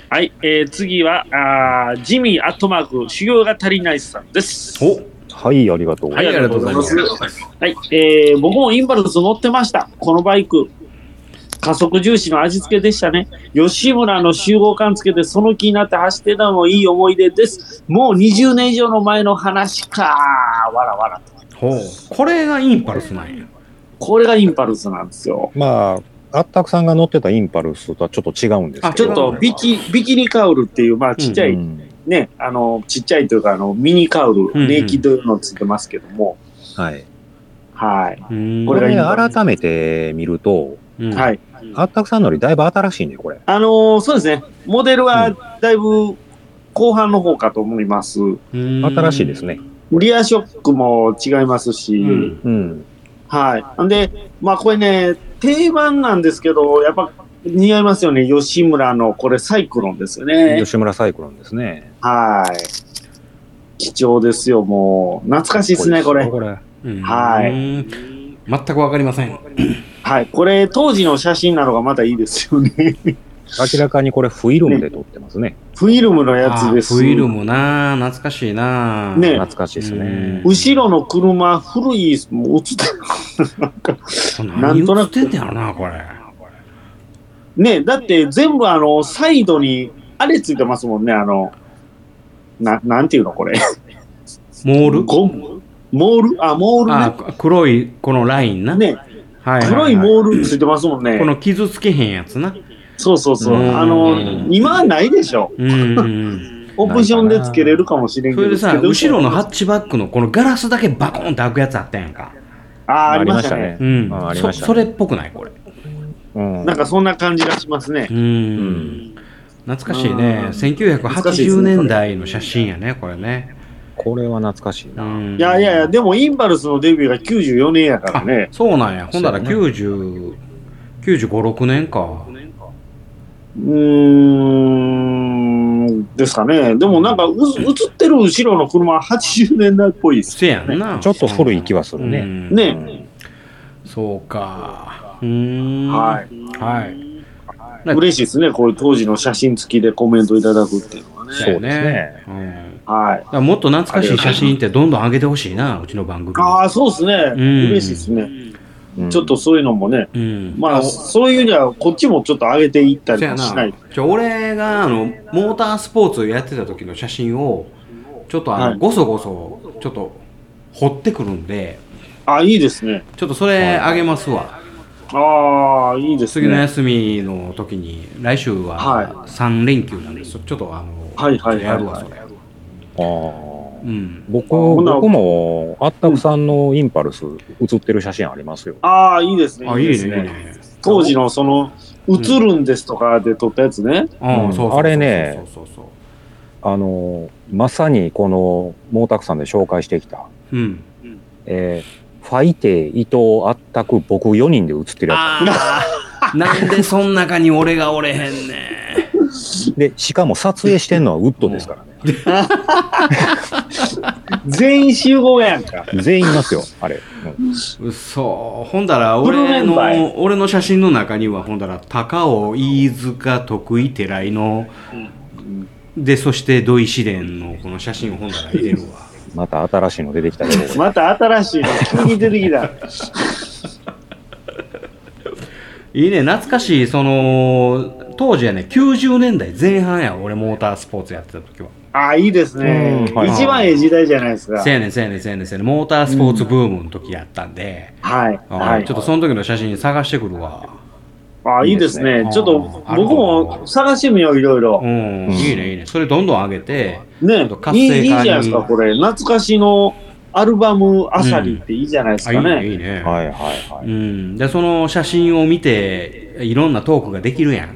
Speaker 1: はい、えー、次は、あージミーアットマーク、修行が足りないさんです。
Speaker 2: お
Speaker 3: はい、ありがとうござ
Speaker 2: はいい、ありがとうございます。
Speaker 1: はい、えー僕もインパルス乗ってました。このバイク。加速重視の味付けでしたね。吉村の集合感つけてその気になって走ってたのもいい思い出です。もう20年以上の前の話か。わらわらと。
Speaker 2: ほうこれがインパルスなんや。
Speaker 1: これがインパルスなんですよ。
Speaker 3: まあ、あったくさんが乗ってたインパルスとはちょっと違うんですけど。
Speaker 2: あ
Speaker 1: ちょっとビキ、ビキニカウルっていう、まあちっちゃ
Speaker 3: う
Speaker 1: い、
Speaker 3: ん
Speaker 1: ね、あの、ちっちゃいというか、あの、ミニカウル、
Speaker 2: んうん
Speaker 1: ネイキッドのついてますけども。
Speaker 3: はい。
Speaker 1: はい。
Speaker 2: うん
Speaker 1: こ
Speaker 3: こ
Speaker 1: れがイ
Speaker 3: れ
Speaker 1: ンパルス
Speaker 3: 改めて見ると、
Speaker 2: うん
Speaker 1: はい。
Speaker 3: あったくさんのよりだいぶ新しいね、これ。
Speaker 1: あのーそうですね。モデルはだいぶ後半の方かと思います。
Speaker 2: うん
Speaker 3: 新しいですね。
Speaker 1: リアショックも違いますし、
Speaker 2: うん
Speaker 3: うん。
Speaker 1: はい。んで、まあこれね、定番なんですけど、やっぱ似合いますよね。吉村のこれサイクロンですよね。
Speaker 3: 吉村サイクロンですね。
Speaker 1: はい。貴重ですよ、もう。懐かしいですね、これ。
Speaker 3: これ。
Speaker 2: うん
Speaker 1: はい
Speaker 2: うん全くわかりません。
Speaker 1: はい。これ、当時の写真なのがまたいいですよね。
Speaker 3: 明らかにこれフィルムで撮ってますね。
Speaker 1: フィルムのやつです。
Speaker 2: あフィルムな、懐かしいな。
Speaker 1: ね
Speaker 3: 懐かしいですね。
Speaker 1: 後ろの車、古い、もう映って
Speaker 2: 何言ってんだよな、これ。
Speaker 1: ねだって全部あの、サイドに、あれついてますもんね、あの、な、なんていうのこれ。
Speaker 2: モール
Speaker 1: ゴムモールあ、モー
Speaker 2: あ、黒い、このラインな。
Speaker 1: ルね。ね、
Speaker 2: はいはいは
Speaker 1: 黒
Speaker 2: い
Speaker 1: いモールついてますもんね
Speaker 2: こ。の傷つけへんやつな。
Speaker 1: そうそうそう。
Speaker 2: うん
Speaker 1: あの、今はないでしょ。
Speaker 2: うんうん うん。
Speaker 1: オプションでつけれるかもしれん
Speaker 2: そ
Speaker 1: け
Speaker 2: れ
Speaker 1: ど。
Speaker 2: で
Speaker 1: つ
Speaker 2: さ、
Speaker 1: けてる
Speaker 2: 後ろのハッチバックのこのガラスだけバコンって開くやつあったやんか。
Speaker 1: ああ、ありましたね。
Speaker 2: う
Speaker 3: ああ
Speaker 2: ん。
Speaker 3: り
Speaker 2: そ
Speaker 3: ましたね
Speaker 2: それっぽくないこれ。
Speaker 3: うん。
Speaker 1: なんかそんな感じがしますね
Speaker 2: う。ん。懐かしいね
Speaker 1: うん。懐かしいです
Speaker 2: 1980
Speaker 1: ね
Speaker 2: 年代の写真やね、これね。
Speaker 3: これは懐かしいな。
Speaker 1: いやいやいや、
Speaker 2: で
Speaker 1: でもインパルスのデビューが94年やからね。
Speaker 2: そうなんや。ほんなら
Speaker 3: そうや
Speaker 2: 90、95、6年か。
Speaker 1: うーん、ですかね。でもなんかう、映ってる後ろの車は80年代っぽいです。
Speaker 2: せやんな。
Speaker 3: ちょっと古い気はするね
Speaker 2: うん
Speaker 1: ね
Speaker 3: うん
Speaker 2: そうか。うーん。
Speaker 1: はい。
Speaker 2: はい。
Speaker 1: 嬉しいですね、こういう当時の写真付きでコメントいただくっていうのはね。
Speaker 3: そうですね
Speaker 2: うん
Speaker 1: はい
Speaker 2: だ。からもっと懐かしい写真ってどんどん上げてほしいな、うちの番組。
Speaker 1: ああ、そうですね。
Speaker 2: ん
Speaker 1: 嬉しいですね。
Speaker 3: うん
Speaker 1: ちょっとそういうのもね。
Speaker 2: うん。
Speaker 1: まあ、そういうには、こっちもちょっと上げていったりもしない。
Speaker 2: じゃ俺があのモータースポーツをやってた時の写真をちょっとあの、
Speaker 1: はい
Speaker 2: ごそごそちょっと掘ってくるんで
Speaker 1: あいいですね。
Speaker 2: ちょっとそれあげますわ、
Speaker 1: ああ、いいです
Speaker 2: 次の
Speaker 1: ね。
Speaker 2: 休みの時に来週は
Speaker 1: は
Speaker 2: 3連休なんです、ちょっとあの、
Speaker 1: はいはいはいはい
Speaker 2: ちょっとやるわそれ、
Speaker 3: あー
Speaker 2: うん、
Speaker 3: 僕
Speaker 1: ほな
Speaker 3: 僕もあったくさんのインパルス写ってる写真ありますよ。
Speaker 1: ああ、いいですね。
Speaker 2: あいいねいいね
Speaker 1: 当時のその、映るんですとかで撮ったやつね。
Speaker 2: うん
Speaker 3: うん
Speaker 2: そうそうそうそう
Speaker 3: あれね
Speaker 2: そうそうそ
Speaker 3: あのまさにこの毛沢さんで紹介してきた、
Speaker 2: ううん
Speaker 3: えーファイテ伊藤あったく僕4人で写ってるや
Speaker 2: あー なんでそん中に俺がおれへんね
Speaker 3: つでしかも撮影してんのはウッドですからね
Speaker 1: 全員集合やんか。
Speaker 3: 全員いますよあれ、うん
Speaker 2: うそほんだら
Speaker 1: ブルーメ
Speaker 2: 俺
Speaker 1: ンバイ
Speaker 2: の俺の写真の中にはほんだら高尾飯塚徳井寺井のでそして土井紫伝のこの写真をほんだら入れるわ
Speaker 3: また新しいの出てきた けど
Speaker 1: また新しいの、急に出てきた。
Speaker 2: いいね懐かしいその当時はね90年代前半や俺モータースポーツやってた時は
Speaker 1: ああ、いいですね。
Speaker 3: うんはい
Speaker 1: 一番ええ時代じゃないですか。
Speaker 2: せやねんせやねんせやねんせやねんモータースポーツブームの時やったんで、
Speaker 1: はい。
Speaker 2: あー
Speaker 1: はい
Speaker 2: ちょ。っとその時の写真探してくるわ
Speaker 1: ああ、いいです
Speaker 2: いいです
Speaker 1: ね
Speaker 2: ね。
Speaker 1: ちょっと
Speaker 2: あー
Speaker 1: 僕も探してみよう、いろいうろ。
Speaker 2: ん、いいねいいねそれどんどん上げて
Speaker 1: ね
Speaker 2: ちょっと、活
Speaker 1: いいい
Speaker 2: 性化に
Speaker 1: いじゃないですか、これ。懐かしのアルバムあさりっていいじゃないです
Speaker 2: あいい
Speaker 1: か
Speaker 2: ね
Speaker 1: ね。
Speaker 2: いいね
Speaker 3: はいはいは
Speaker 2: うん、でその写真を見ていろんなトークができるやん。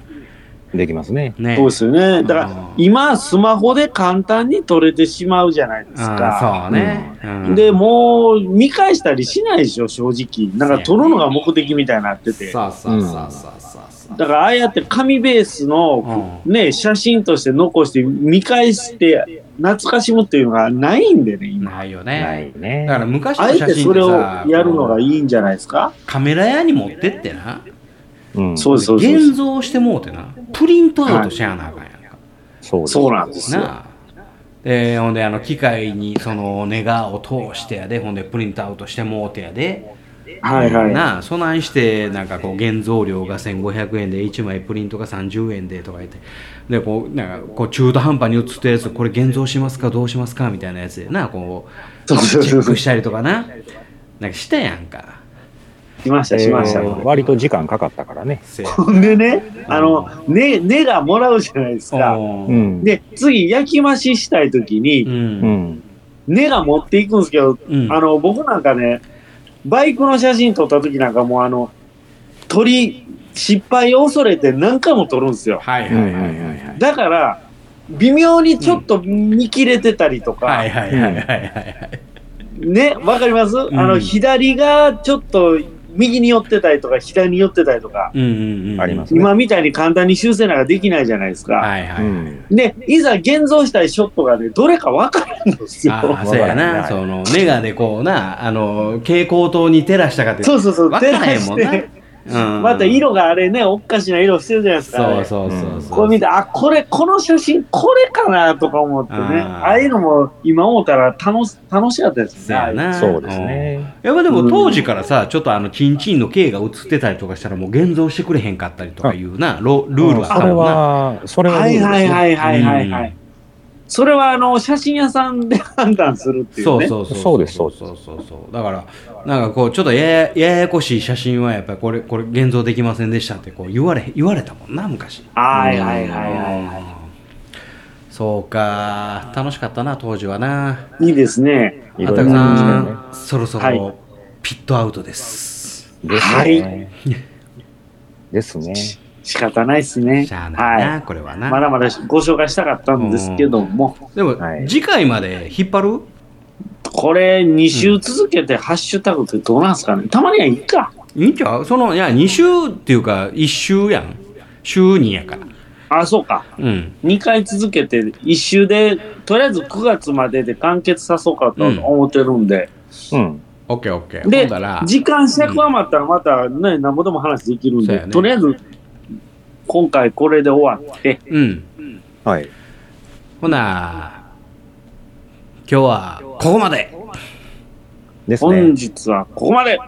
Speaker 3: いできますね
Speaker 2: ね、
Speaker 1: そうですよね。だか
Speaker 2: うん
Speaker 1: ら、今、スマホで簡単に撮れてしまうじゃないですか。
Speaker 2: あーそうね、うん
Speaker 1: で、もう、見返したりしないでしょ、正直。なんか、撮るのが目的みたいになってて。
Speaker 2: さあさあさあさあさあさあ
Speaker 1: だから、ああやって紙ベースの、ね、写真として残して、見返して、懐かしむっていうのがないんでね、
Speaker 2: うん
Speaker 1: 今。
Speaker 2: ないよ
Speaker 3: な
Speaker 2: ね
Speaker 3: いね
Speaker 2: だから昔の
Speaker 1: あえ
Speaker 2: 写
Speaker 1: て
Speaker 2: 真
Speaker 1: そ
Speaker 2: って
Speaker 1: れを
Speaker 2: さ
Speaker 1: やるのがいいんじゃないですか
Speaker 2: カメラ屋に持ってってな
Speaker 3: うん
Speaker 1: そうです、そうです。
Speaker 2: 現像してもうてなプリントアウトしやなあかんやんか、
Speaker 3: そうです
Speaker 1: そうなんですよ。
Speaker 2: なあでほんであの機械にそのネガを通してやでほんでプリントアウトしてもうてやで
Speaker 1: はいはい。
Speaker 2: なあそないしてなんかこう現像料が1500円で1枚プリントが30円でとか言ってでこうなんかこう中途半端に写ってるやつこれ現像しますかどうしますかみたいなやつでなこ
Speaker 1: そう
Speaker 2: うチ
Speaker 1: そうそ
Speaker 2: ェ
Speaker 1: う
Speaker 2: ッ
Speaker 1: そう
Speaker 2: クしたりとかななんかしたやんか
Speaker 1: しま した、しました
Speaker 3: え。ー割と時間かかったからね
Speaker 2: せや
Speaker 1: ほんでね、あの、ね、ねがもらうじゃないですか。
Speaker 2: う
Speaker 3: うんん
Speaker 1: で、次、焼き増ししたいとき
Speaker 2: う
Speaker 1: に、
Speaker 3: うんん
Speaker 1: ねが持っていくんですけど、
Speaker 2: うん
Speaker 1: あの、僕なんかね、バイクの写真撮ったときなんかもう、あの、撮り、失敗を恐れて何回も撮るんですよ。
Speaker 2: はいはいはいはいはい
Speaker 1: だから、微妙にちょっと見切れてたりとか、
Speaker 2: はいはいはいはいはい
Speaker 1: ね、わかります、
Speaker 2: ん
Speaker 1: あの、左がちょっと右に寄ってたりとか、左に寄ってたりとか、
Speaker 2: うんうんうん
Speaker 3: ありますね
Speaker 1: 今みたいに簡単に修正なんかできないじゃないですか。
Speaker 2: はいは
Speaker 3: う
Speaker 2: い、
Speaker 3: ん
Speaker 1: で、いざ現像したいショットがね、どれか分からんのですよ。
Speaker 2: ああそうやなそのメガでこうなあの蛍光灯に照らしたかって
Speaker 1: そうそうそう、
Speaker 2: わからへんもんな
Speaker 1: 照らして
Speaker 2: うん
Speaker 1: また色があれね、おっかしな色してるじゃないですか。あ
Speaker 2: そ
Speaker 1: れ
Speaker 2: うそうそうそう。
Speaker 1: こう見て、あ、これ、この写真、これかなとか思ってね、
Speaker 2: あー
Speaker 1: ああいうのも今思ったら楽し楽しかったです
Speaker 2: そうや
Speaker 1: ね。
Speaker 2: な。
Speaker 3: そうですね
Speaker 2: うん。やっぱでも当時からさ、ちょっとあの、チンチンの刑が映ってたりとかしたらもう現像してくれへんかったりとかいうな、ロルールはあっ
Speaker 3: そ
Speaker 2: た
Speaker 3: れ
Speaker 2: もんな。
Speaker 3: はそれは
Speaker 1: はいはい
Speaker 3: い
Speaker 1: はいはいはいはい。
Speaker 2: うん
Speaker 1: それはあの写真屋さんで判断するっていうね。
Speaker 2: そうそうそう。
Speaker 3: そうですそうです
Speaker 2: そうそうそう。だから、なんかこう、ちょっとややややこしい写真はやっぱりこれ、これ現像できませんでしたってこう言われ、言われたもんな、昔。
Speaker 1: はいはいはいはいは
Speaker 2: そうか、楽しかったな、当時はな。
Speaker 1: い。いいですね。
Speaker 3: い
Speaker 2: あ
Speaker 3: ろい
Speaker 2: た
Speaker 3: ろ
Speaker 2: くさ、
Speaker 3: なん
Speaker 2: そろそ
Speaker 1: は
Speaker 2: ろ
Speaker 1: い
Speaker 2: ピットアウトです。
Speaker 3: ですね ですね
Speaker 1: 仕方ないですね。
Speaker 2: しゃあないな、
Speaker 1: は。
Speaker 2: これはいな。
Speaker 1: まだまだご紹介したかったんですけども。
Speaker 2: でも、
Speaker 3: はい
Speaker 2: 次回まで引っ張る
Speaker 1: これ2週続けてハッシュタグってどうなんすかね、たまにはいいか。
Speaker 2: いいんちゃうその、いや、2週っていうか、1週やん。週2やから。
Speaker 1: あ、そうか。
Speaker 2: うん。
Speaker 1: 2回続けて1週で、とりあえず9月までで完結さそうかと思ってるんで。
Speaker 3: うん
Speaker 2: オッケーオッケー。ほ
Speaker 1: で
Speaker 2: んだら、
Speaker 1: 時間尺余ったらまたね、なんぼでも話できるん
Speaker 2: そう
Speaker 1: で、
Speaker 2: やね
Speaker 1: とりあえず今回これで終わって、
Speaker 2: うん。
Speaker 3: はい。
Speaker 2: ほな、今日はここまで
Speaker 3: です
Speaker 1: 本
Speaker 3: ね。
Speaker 1: 日はここまで